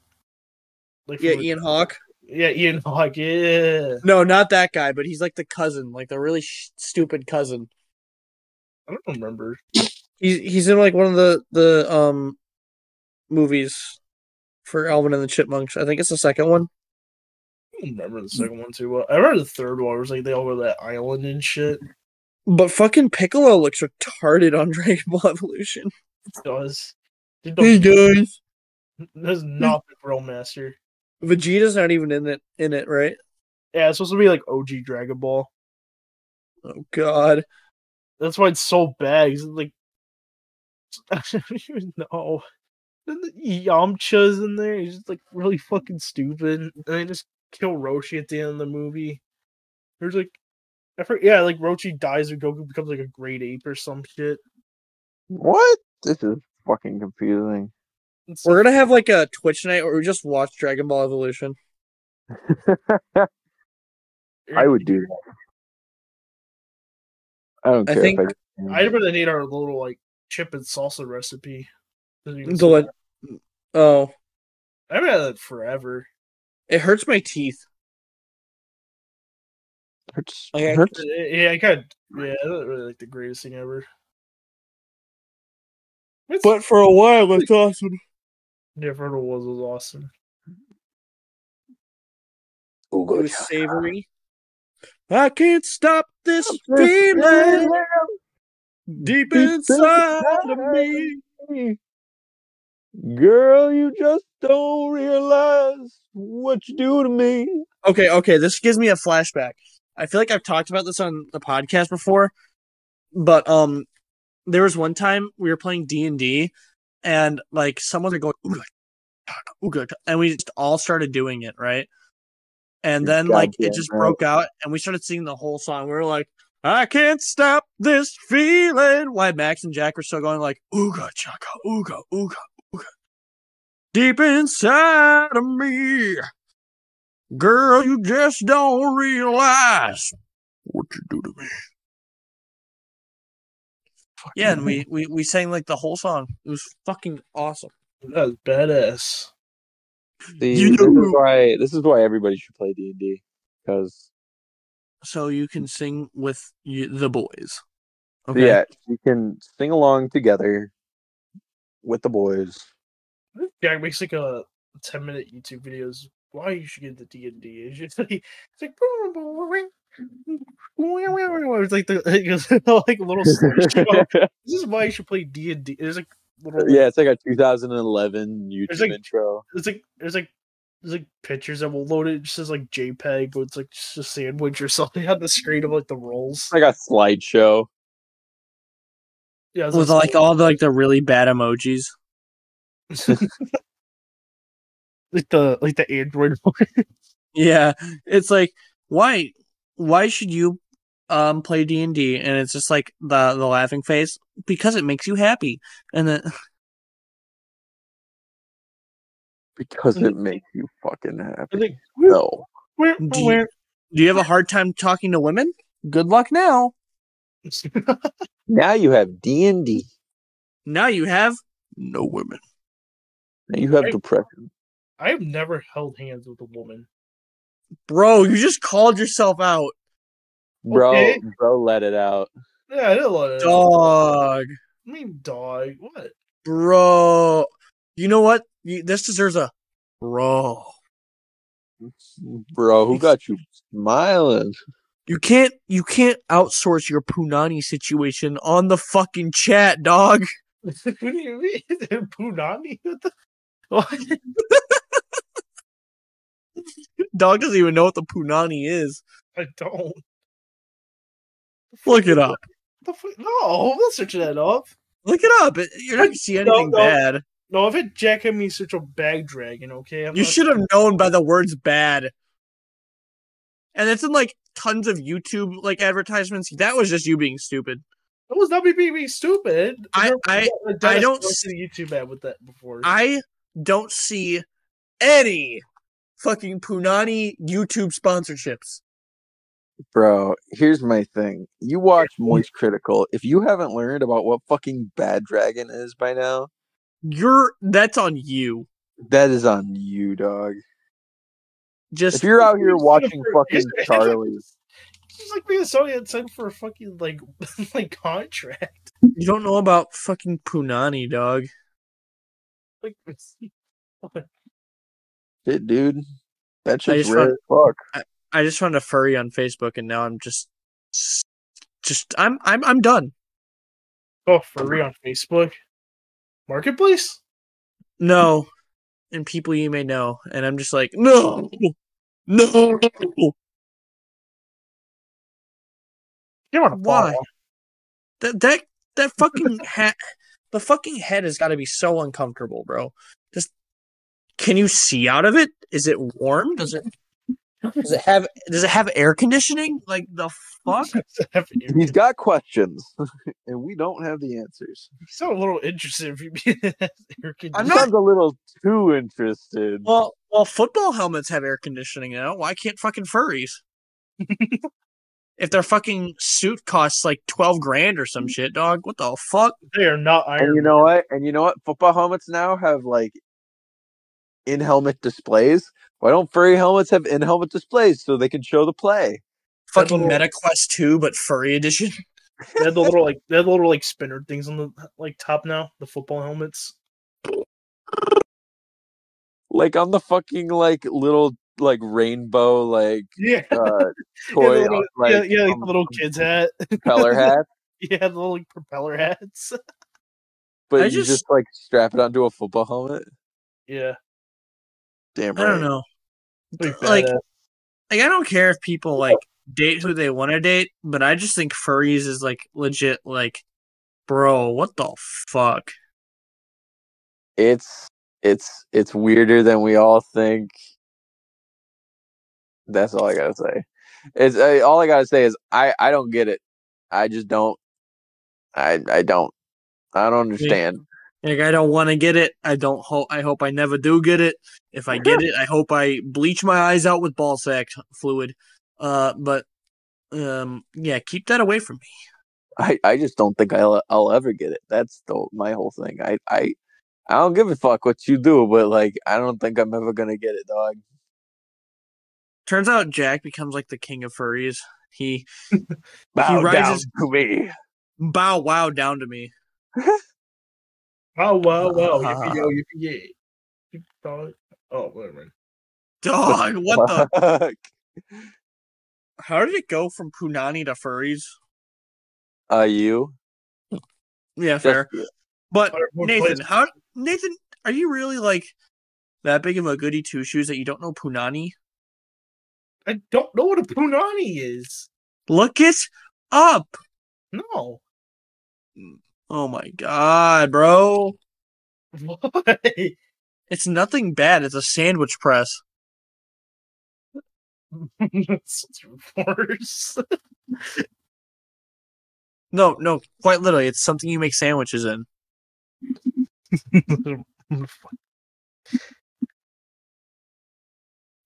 [SPEAKER 1] Like
[SPEAKER 2] Yeah,
[SPEAKER 1] from the-
[SPEAKER 2] Ian Hawk.
[SPEAKER 1] Yeah, Ian Hawke. Yeah.
[SPEAKER 2] No, not that guy, but he's like the cousin, like the really sh- stupid cousin.
[SPEAKER 1] I don't remember.
[SPEAKER 2] He's he's in like one of the the um movies for Alvin and the Chipmunks. I think it's the second one.
[SPEAKER 1] I don't remember the second one too well. I remember the third one. It was like they all go to that island and shit.
[SPEAKER 2] But fucking Piccolo looks retarded on Dragon Ball Evolution.
[SPEAKER 1] It does. It
[SPEAKER 2] Hey
[SPEAKER 1] don't-
[SPEAKER 2] guys,
[SPEAKER 1] There's nothing real master.
[SPEAKER 2] Vegeta's not even in it. In it, right?
[SPEAKER 1] Yeah, it's supposed to be like OG Dragon Ball.
[SPEAKER 2] Oh God.
[SPEAKER 1] That's why it's so bad. 'cause it's like I don't even know. Then the Yamcha's in there. He's just like really fucking stupid, and they just kill Roshi at the end of the movie. There's like, I forget, yeah, like Roshi dies and Goku becomes like a great ape or some shit.
[SPEAKER 3] What? This is fucking confusing.
[SPEAKER 1] It's-
[SPEAKER 2] We're gonna have like a Twitch night where we just watch Dragon Ball Evolution.
[SPEAKER 3] I would do that. I don't
[SPEAKER 2] I
[SPEAKER 3] care
[SPEAKER 2] think-
[SPEAKER 3] if I.
[SPEAKER 1] I'd rather need our little like chip and salsa recipe.
[SPEAKER 2] The one- Oh,
[SPEAKER 1] I've had that forever.
[SPEAKER 2] it hurts my teeth.
[SPEAKER 3] hurts,
[SPEAKER 2] Like, I-
[SPEAKER 3] hurts.
[SPEAKER 1] Uh, Yeah, I kind of. Yeah, that's really like the greatest thing ever. It's
[SPEAKER 2] But for a while, it's awesome.
[SPEAKER 1] Yeah, Fertile was was awesome.
[SPEAKER 2] It was savory. I can't stop this
[SPEAKER 4] Oh,
[SPEAKER 2] feeling deep inside of me.
[SPEAKER 4] Girl, you just don't realize what you do to me.
[SPEAKER 2] Okay, okay, this gives me a flashback. I feel like I've talked about this on the podcast before, but um, there was one time we were playing D and D, and like someone going ooga, ooga, and we just all started doing it right, and then like it
[SPEAKER 3] Goddamn
[SPEAKER 2] just
[SPEAKER 3] right.
[SPEAKER 2] broke out, and we started singing the whole song. We were like, "I can't stop this feeling." Why Max and Jack were still going like ooga chaka ooga ooga ooga, deep inside of me. Girl, you just don't realize what you do to me. Yeah, and we, we we sang like the whole song. It was fucking awesome.
[SPEAKER 1] That was badass.
[SPEAKER 3] See,
[SPEAKER 2] You
[SPEAKER 3] this
[SPEAKER 2] know-
[SPEAKER 3] is why this is why everybody should play D and D because
[SPEAKER 2] So you can sing with you, the boys.
[SPEAKER 3] yeah, you can sing along together with the boys.
[SPEAKER 1] Jack makes like a ten minute YouTube videos. Why you should get the D and D? It's just like it's like it's like the it goes like a little. slideshow.
[SPEAKER 3] yeah,
[SPEAKER 1] this is why you should play D and D. There's like little
[SPEAKER 3] it's like a 2011 YouTube
[SPEAKER 1] It's like-
[SPEAKER 3] intro.
[SPEAKER 1] It's like there's like there's like pictures that will load it. It just says like JPEG or it's like just a sandwich or something on the screen of like the rolls.
[SPEAKER 3] It's like a slideshow.
[SPEAKER 1] Yeah, it's
[SPEAKER 2] with like all the like the really bad emojis.
[SPEAKER 1] like the like the Android one.
[SPEAKER 2] Yeah, it's like why why should you um play D and D? And it's just like the the laughing face because it makes you happy. And then
[SPEAKER 3] Because
[SPEAKER 1] Mhm.
[SPEAKER 3] it makes you fucking
[SPEAKER 1] I
[SPEAKER 3] happy.
[SPEAKER 1] think
[SPEAKER 3] No.
[SPEAKER 2] do you, do you have a hard time talking to women? Good luck now.
[SPEAKER 3] Now you have D and D.
[SPEAKER 2] Now you have no women.
[SPEAKER 3] Now you have
[SPEAKER 1] Right.
[SPEAKER 3] depression.
[SPEAKER 1] I have never held hands with a woman.
[SPEAKER 2] Bro, you just called yourself out.
[SPEAKER 3] Bro,
[SPEAKER 1] Okay.
[SPEAKER 3] bro, let it out.
[SPEAKER 1] Yeah, I didn't let it.
[SPEAKER 2] Dog.
[SPEAKER 1] I mean, dog. What?
[SPEAKER 2] Bro. You know what? You, this deserves a bro.
[SPEAKER 3] Bro, who got you smiling?
[SPEAKER 2] You can't you can't outsource your punani situation on the fucking chat, dog.
[SPEAKER 1] what do you mean? Punani? What the? What?
[SPEAKER 2] Dog doesn't even know what the punani is.
[SPEAKER 1] I don't. What
[SPEAKER 2] Look it up.
[SPEAKER 1] the fuck? No, I'm not searching that up.
[SPEAKER 2] Look it up. It- You're not gonna see
[SPEAKER 1] No,
[SPEAKER 2] anything
[SPEAKER 1] no.
[SPEAKER 2] bad.
[SPEAKER 1] No, I've had Jack had me search a bag dragon. Okay, I'm
[SPEAKER 2] You
[SPEAKER 1] not-
[SPEAKER 2] should have known by the words bad. And it's in like tons of YouTube like advertisements. That was just you being stupid.
[SPEAKER 1] That was not me being being stupid.
[SPEAKER 2] I-
[SPEAKER 1] never-
[SPEAKER 2] I-
[SPEAKER 1] I've done
[SPEAKER 2] I
[SPEAKER 1] a
[SPEAKER 2] don't
[SPEAKER 1] search
[SPEAKER 2] s-
[SPEAKER 1] in the YouTube ad with that before.
[SPEAKER 2] I don't see any fucking Punani YouTube sponsorships.
[SPEAKER 3] Bro, here's my thing. You watch Moist Critical. If you haven't learned about what fucking Bad Dragon is by now,
[SPEAKER 2] You're that's on you.
[SPEAKER 3] that is on you, dog.
[SPEAKER 2] Just
[SPEAKER 4] If you're out here
[SPEAKER 1] It's
[SPEAKER 4] watching
[SPEAKER 1] different.
[SPEAKER 4] fucking
[SPEAKER 1] It's-
[SPEAKER 4] Charlie's,
[SPEAKER 1] It's like Minnesota had signed for a fucking like like contract.
[SPEAKER 2] You don't know about fucking Punani, dog.
[SPEAKER 1] Like
[SPEAKER 4] shit, dude, that
[SPEAKER 2] I
[SPEAKER 4] shit's
[SPEAKER 2] just
[SPEAKER 4] rare
[SPEAKER 2] found-
[SPEAKER 4] as fuck.
[SPEAKER 2] I just found a furry on Facebook, and now I'm just, just I'm I'm I'm done.
[SPEAKER 1] oh for real on Facebook. Marketplace?
[SPEAKER 2] No, and people you may know, and I'm just like, no, no.
[SPEAKER 1] You want to
[SPEAKER 2] Why? That that that fucking hat, the fucking head has got to be so uncomfortable, bro. Just can you see out of it? Is it warm? Does it? Does it have? Does it have air conditioning? Like the fuck?
[SPEAKER 4] He's got questions, and we don't have the answers.
[SPEAKER 1] sound a little interested if you air
[SPEAKER 2] I'm
[SPEAKER 4] I'm
[SPEAKER 2] not-
[SPEAKER 1] conditioning.
[SPEAKER 4] sounds a little too interested.
[SPEAKER 2] Well, well, football helmets have air conditioning now. Why can't fucking furries? if their fucking suit costs like twelve grand or some shit, dog, what the fuck?
[SPEAKER 1] They are not
[SPEAKER 4] and
[SPEAKER 1] Iron.
[SPEAKER 4] you
[SPEAKER 1] Man.
[SPEAKER 4] know what? And you know what? Football helmets now have like in helmet displays. Why don't furry helmets have in helmet displays so they can show the play?
[SPEAKER 2] Fucking
[SPEAKER 1] little-
[SPEAKER 2] MetaQuest two, but furry edition.
[SPEAKER 1] they had the little like they had the little like spinner things on the like top now. The football helmets.
[SPEAKER 4] Like on the fucking like little like rainbow like
[SPEAKER 1] Yeah.
[SPEAKER 4] uh
[SPEAKER 1] Yeah,
[SPEAKER 4] toy
[SPEAKER 1] the little-
[SPEAKER 4] like,
[SPEAKER 1] yeah, yeah, like
[SPEAKER 4] um,
[SPEAKER 1] the little kids hat.
[SPEAKER 4] propeller hat,
[SPEAKER 1] yeah, the little like, propeller hats.
[SPEAKER 4] but
[SPEAKER 2] I
[SPEAKER 4] you
[SPEAKER 2] just-
[SPEAKER 4] just like strap it onto a football helmet.
[SPEAKER 1] yeah,
[SPEAKER 4] Damn right.
[SPEAKER 2] I don't know.
[SPEAKER 1] pretty
[SPEAKER 2] Like-
[SPEAKER 1] badass.
[SPEAKER 2] Like I don't care if people like date who they want to date, but I just think furries is like legit. Like, bro, what the fuck?
[SPEAKER 4] It's it's it's weirder than we all think. That's all I gotta say. It's I, all I gotta say is I I don't get it. I just don't. I I don't. I don't understand.
[SPEAKER 2] Like I don't want to get it. I don't hope. I hope I never do get it. If I get it, I hope I bleach my eyes out with ball sack fluid. Uh, but um, yeah, keep that away from me.
[SPEAKER 4] I I just don't think I'll I'll ever get it. That's the my whole thing. I I I don't give a fuck what you do, but like I don't think I'm ever gonna get it, dog.
[SPEAKER 2] Turns out Jack becomes like the king of furries. He
[SPEAKER 4] Bow
[SPEAKER 2] rises-
[SPEAKER 4] down to me.
[SPEAKER 2] bow wow down to me.
[SPEAKER 1] wow, wow, wow!
[SPEAKER 2] Ah.
[SPEAKER 1] Yippee yo, yippee yay! Keep going. Oh, whatever.
[SPEAKER 2] Dog, Oh, what the?
[SPEAKER 4] the?
[SPEAKER 2] How did it go from Punani to furries?
[SPEAKER 4] Uh, you.
[SPEAKER 2] Yeah,
[SPEAKER 4] Just-
[SPEAKER 2] fair. But
[SPEAKER 1] Or more
[SPEAKER 2] Nathan,
[SPEAKER 1] places.
[SPEAKER 2] how Nathan, are you really like that big of a goody two shoes that you don't know Punani?
[SPEAKER 1] I don't know what a punani is.
[SPEAKER 2] Look it up.
[SPEAKER 1] No,
[SPEAKER 2] Oh my god, bro.
[SPEAKER 1] what?
[SPEAKER 2] It's nothing bad. It's a sandwich press.
[SPEAKER 1] That's worse.
[SPEAKER 2] No, no, quite literally. It's something you make sandwiches in.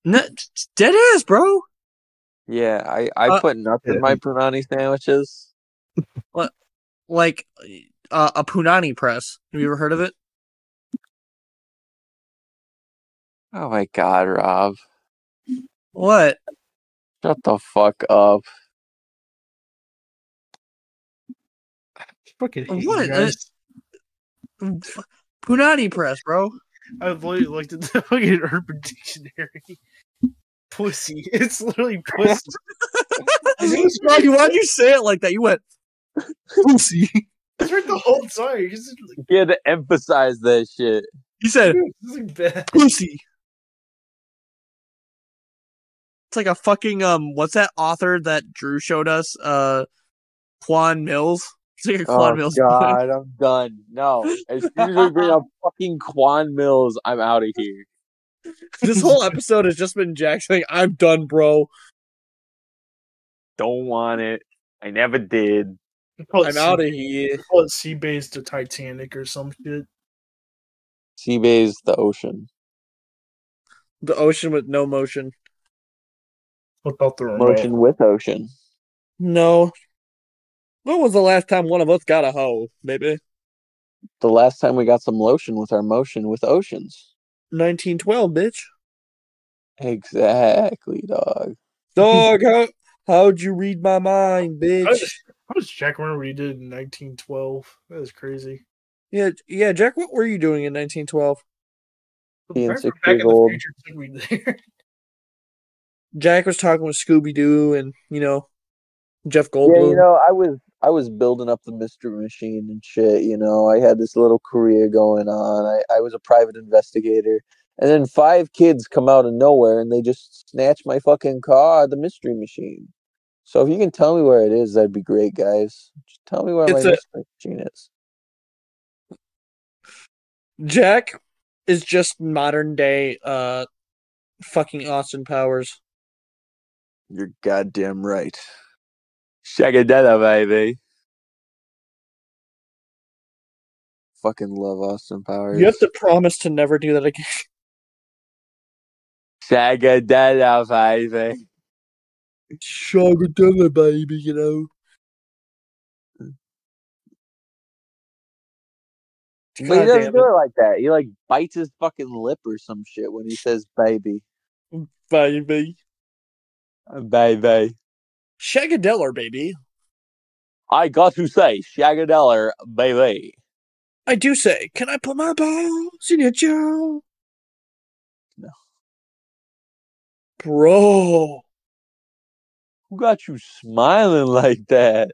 [SPEAKER 2] No, dead ass, bro.
[SPEAKER 4] Yeah, I I
[SPEAKER 2] Uh,
[SPEAKER 4] put nuts in my punani sandwiches.
[SPEAKER 2] Like uh, a punani press. Have you ever heard of it?
[SPEAKER 4] Oh my god, Rob,
[SPEAKER 2] What?
[SPEAKER 4] shut the fuck up.
[SPEAKER 1] Fucking hate you
[SPEAKER 2] What?
[SPEAKER 1] guys.
[SPEAKER 2] Punani press, bro.
[SPEAKER 1] I literally looked at the fucking Urban Dictionary. Pussy. It's literally pussy.
[SPEAKER 2] Rocky, why'd you say it like that? You went pussy.
[SPEAKER 1] It's right the whole time. You're just like,
[SPEAKER 4] You had to emphasize that shit.
[SPEAKER 2] You said
[SPEAKER 1] dude, this is bad.
[SPEAKER 2] pussy. It's like a fucking um. What's that author that Drew showed us? Uh, Quan Mills. It's like a Quan
[SPEAKER 4] Oh
[SPEAKER 2] Mills.
[SPEAKER 4] god, I'm done. No, as soon as we bring up fucking Quan Mills, I'm out of here.
[SPEAKER 2] this whole episode has just been Jack saying, "I'm done, bro.
[SPEAKER 4] Don't want it. I never did.
[SPEAKER 2] I'm out of here."
[SPEAKER 1] Call it sea base to Titanic or some shit.
[SPEAKER 4] Sea bay's the ocean.
[SPEAKER 2] The ocean with no motion.
[SPEAKER 1] What about the remote?
[SPEAKER 4] Motion with ocean.
[SPEAKER 2] No. When was the last time one of us got a hoe, baby?
[SPEAKER 4] The last time we got some lotion with our motion with oceans.
[SPEAKER 2] 1912, bitch.
[SPEAKER 4] Exactly, dog.
[SPEAKER 6] Dog, how how'd you read my mind, bitch?
[SPEAKER 1] How does Jack remember what he did in 1912? That is crazy.
[SPEAKER 2] Yeah, yeah, Jack. What were you doing in 1912?
[SPEAKER 4] Being
[SPEAKER 1] Back-
[SPEAKER 4] six
[SPEAKER 1] Back in
[SPEAKER 4] years
[SPEAKER 1] the
[SPEAKER 4] old.
[SPEAKER 1] Future took me there.
[SPEAKER 2] Jack was talking with Scooby Doo and you know Jeff Goldblum.
[SPEAKER 4] Yeah, you know, I was I was building up the mystery machine and shit. You know, I had this little career going on. I, I was a private investigator, and then five kids come out of nowhere and they just snatch my fucking car, the mystery machine. So if you can tell me where it is, that'd be great, guys. Just tell me where
[SPEAKER 2] It's
[SPEAKER 4] my
[SPEAKER 2] a-
[SPEAKER 4] mystery machine is.
[SPEAKER 2] Jack is just modern day uh fucking Austin Powers.
[SPEAKER 4] You're goddamn right. Shagadella, baby. Fucking love Austin Powers.
[SPEAKER 2] You have to promise to never do that again.
[SPEAKER 4] Shagadella, baby.
[SPEAKER 2] Shagadilla, baby, you know.
[SPEAKER 4] But he
[SPEAKER 2] God
[SPEAKER 4] doesn't
[SPEAKER 2] damn
[SPEAKER 4] do
[SPEAKER 2] it,
[SPEAKER 4] it like that. He like bites his fucking lip or some shit when he says baby.
[SPEAKER 2] Mm,
[SPEAKER 4] Uh,
[SPEAKER 2] baby.
[SPEAKER 4] Baby.
[SPEAKER 2] Shagadilla, baby.
[SPEAKER 4] I got to say, Shagadeller, baby.
[SPEAKER 2] I do say, can I put my balls in your jaw?
[SPEAKER 4] No.
[SPEAKER 2] Bro.
[SPEAKER 4] Who got you smiling like that?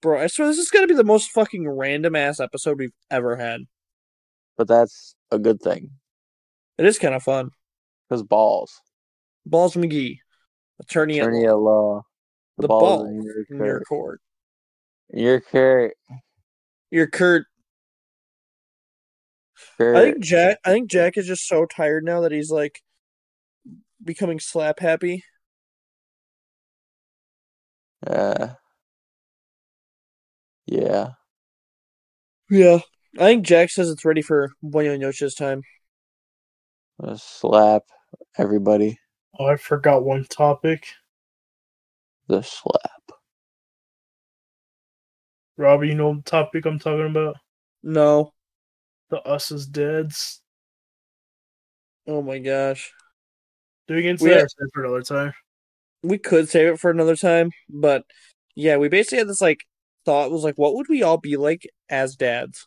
[SPEAKER 2] Bro, I swear this is gonna be the most fucking random ass episode we've ever had.
[SPEAKER 4] But that's a good thing.
[SPEAKER 2] It is kind of fun.
[SPEAKER 4] Because balls.
[SPEAKER 2] Balls McGee, attorney,
[SPEAKER 4] Attorney
[SPEAKER 2] at law,
[SPEAKER 4] at law. The,
[SPEAKER 2] The
[SPEAKER 4] balls
[SPEAKER 2] ball
[SPEAKER 4] in your
[SPEAKER 2] in your
[SPEAKER 4] court.
[SPEAKER 2] court.
[SPEAKER 4] Your court.
[SPEAKER 2] Your Kurt. I
[SPEAKER 4] court.
[SPEAKER 2] think Jack. I think Jack is just so tired now that he's like becoming slap happy.
[SPEAKER 4] Uh, yeah.
[SPEAKER 2] Yeah. I think Jack says it's ready for Bueno Noches time.
[SPEAKER 4] I'm gonna slap everybody.
[SPEAKER 1] Oh, I forgot one topic.
[SPEAKER 4] The slap.
[SPEAKER 1] Robbie, you know the topic I'm talking about?
[SPEAKER 2] No.
[SPEAKER 1] The Us as Dads.
[SPEAKER 2] Oh my gosh.
[SPEAKER 1] Do we get into
[SPEAKER 2] We-
[SPEAKER 1] that or save it for another time?
[SPEAKER 2] we could save it for another time, but yeah, we basically had this like thought was like, what would we all be like as dads?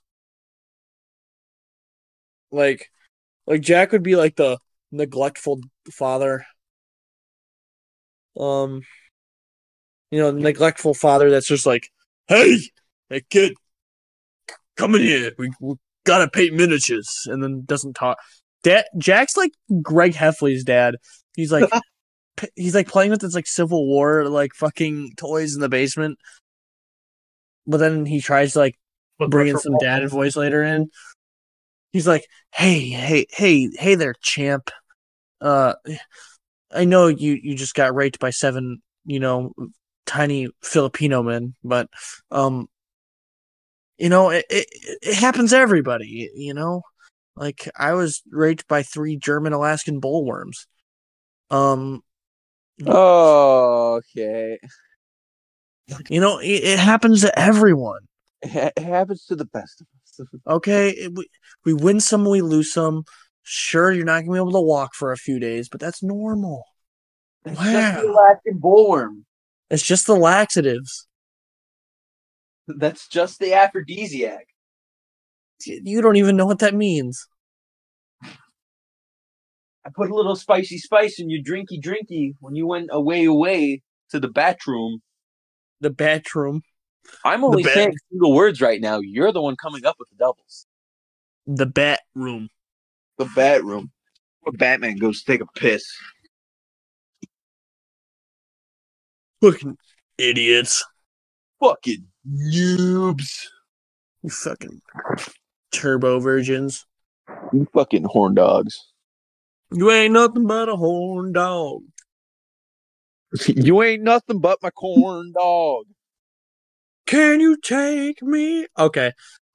[SPEAKER 2] Like, like Jack would be like the neglectful father. Um, you know, neglectful father that's just like, hey, hey kid, c- come in here. We, we gotta paint miniatures, and then doesn't talk. Dad, Jack's like Greg Heffley's dad. He's like, p- he's like playing with this like Civil War like fucking toys in the basement. But then he tries to like
[SPEAKER 1] But
[SPEAKER 2] bring in
[SPEAKER 1] that's for
[SPEAKER 2] some
[SPEAKER 1] all-
[SPEAKER 2] dad voice later in. He's like, "Hey, hey, hey, hey there, champ. Uh, I know you you just got raped by seven, you know, tiny Filipino men, but um, you know, it it, it happens to everybody. You know, like I was raped by three German Alaskan bullworms. Um, Mm.
[SPEAKER 4] Oh, okay.
[SPEAKER 2] you know, it, it happens to everyone."
[SPEAKER 4] It happens to the best of us.
[SPEAKER 2] Okay, it- we, we win some, we lose some. Sure, you're not gonna be able to walk for a few days, but that's normal.
[SPEAKER 4] It's just the
[SPEAKER 2] Wow.
[SPEAKER 4] Alaskan bullworm.
[SPEAKER 2] It's just the laxatives.
[SPEAKER 4] That's just the aphrodisiac.
[SPEAKER 2] Y- You don't even know what that means.
[SPEAKER 4] I put a little spicy spice in your drinky drinky when you went away away to the bathroom.
[SPEAKER 2] The bathroom,
[SPEAKER 4] I'm only
[SPEAKER 2] bat-
[SPEAKER 4] saying single words right now. You're the one coming up with the doubles.
[SPEAKER 2] the bat room.
[SPEAKER 4] The bathroom. Where Batman goes to take a piss.
[SPEAKER 2] Fucking idiots.
[SPEAKER 4] Fucking noobs.
[SPEAKER 2] You fucking turbo virgins.
[SPEAKER 4] You fucking horn dogs.
[SPEAKER 2] You ain't nothing but a horn dog.
[SPEAKER 6] you ain't nothing but my corn dog.
[SPEAKER 2] Can you take me? Okay.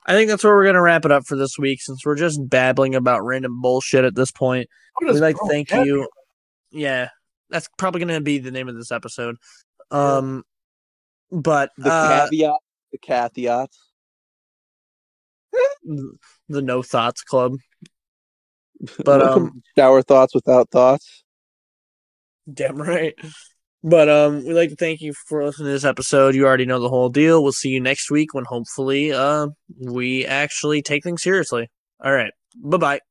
[SPEAKER 2] I think that's where we're gonna wrap it up for this week since we're just babbling about random bullshit at this point.
[SPEAKER 1] What
[SPEAKER 2] We'd
[SPEAKER 1] is
[SPEAKER 2] like to
[SPEAKER 1] wrong with
[SPEAKER 2] thank
[SPEAKER 1] that?
[SPEAKER 2] you. Yeah, that's probably going to be the name of this episode. Um, but
[SPEAKER 4] The
[SPEAKER 2] uh,
[SPEAKER 4] caveat. The caveat.
[SPEAKER 2] the No Thoughts Club. But
[SPEAKER 3] Welcome
[SPEAKER 2] um,
[SPEAKER 3] to shower thoughts without thoughts.
[SPEAKER 2] damn right. But um, we'd like to thank you for listening to this episode. You already know the whole deal. We'll see you next week when hopefully uh we actually take things seriously. All right. Bye bye.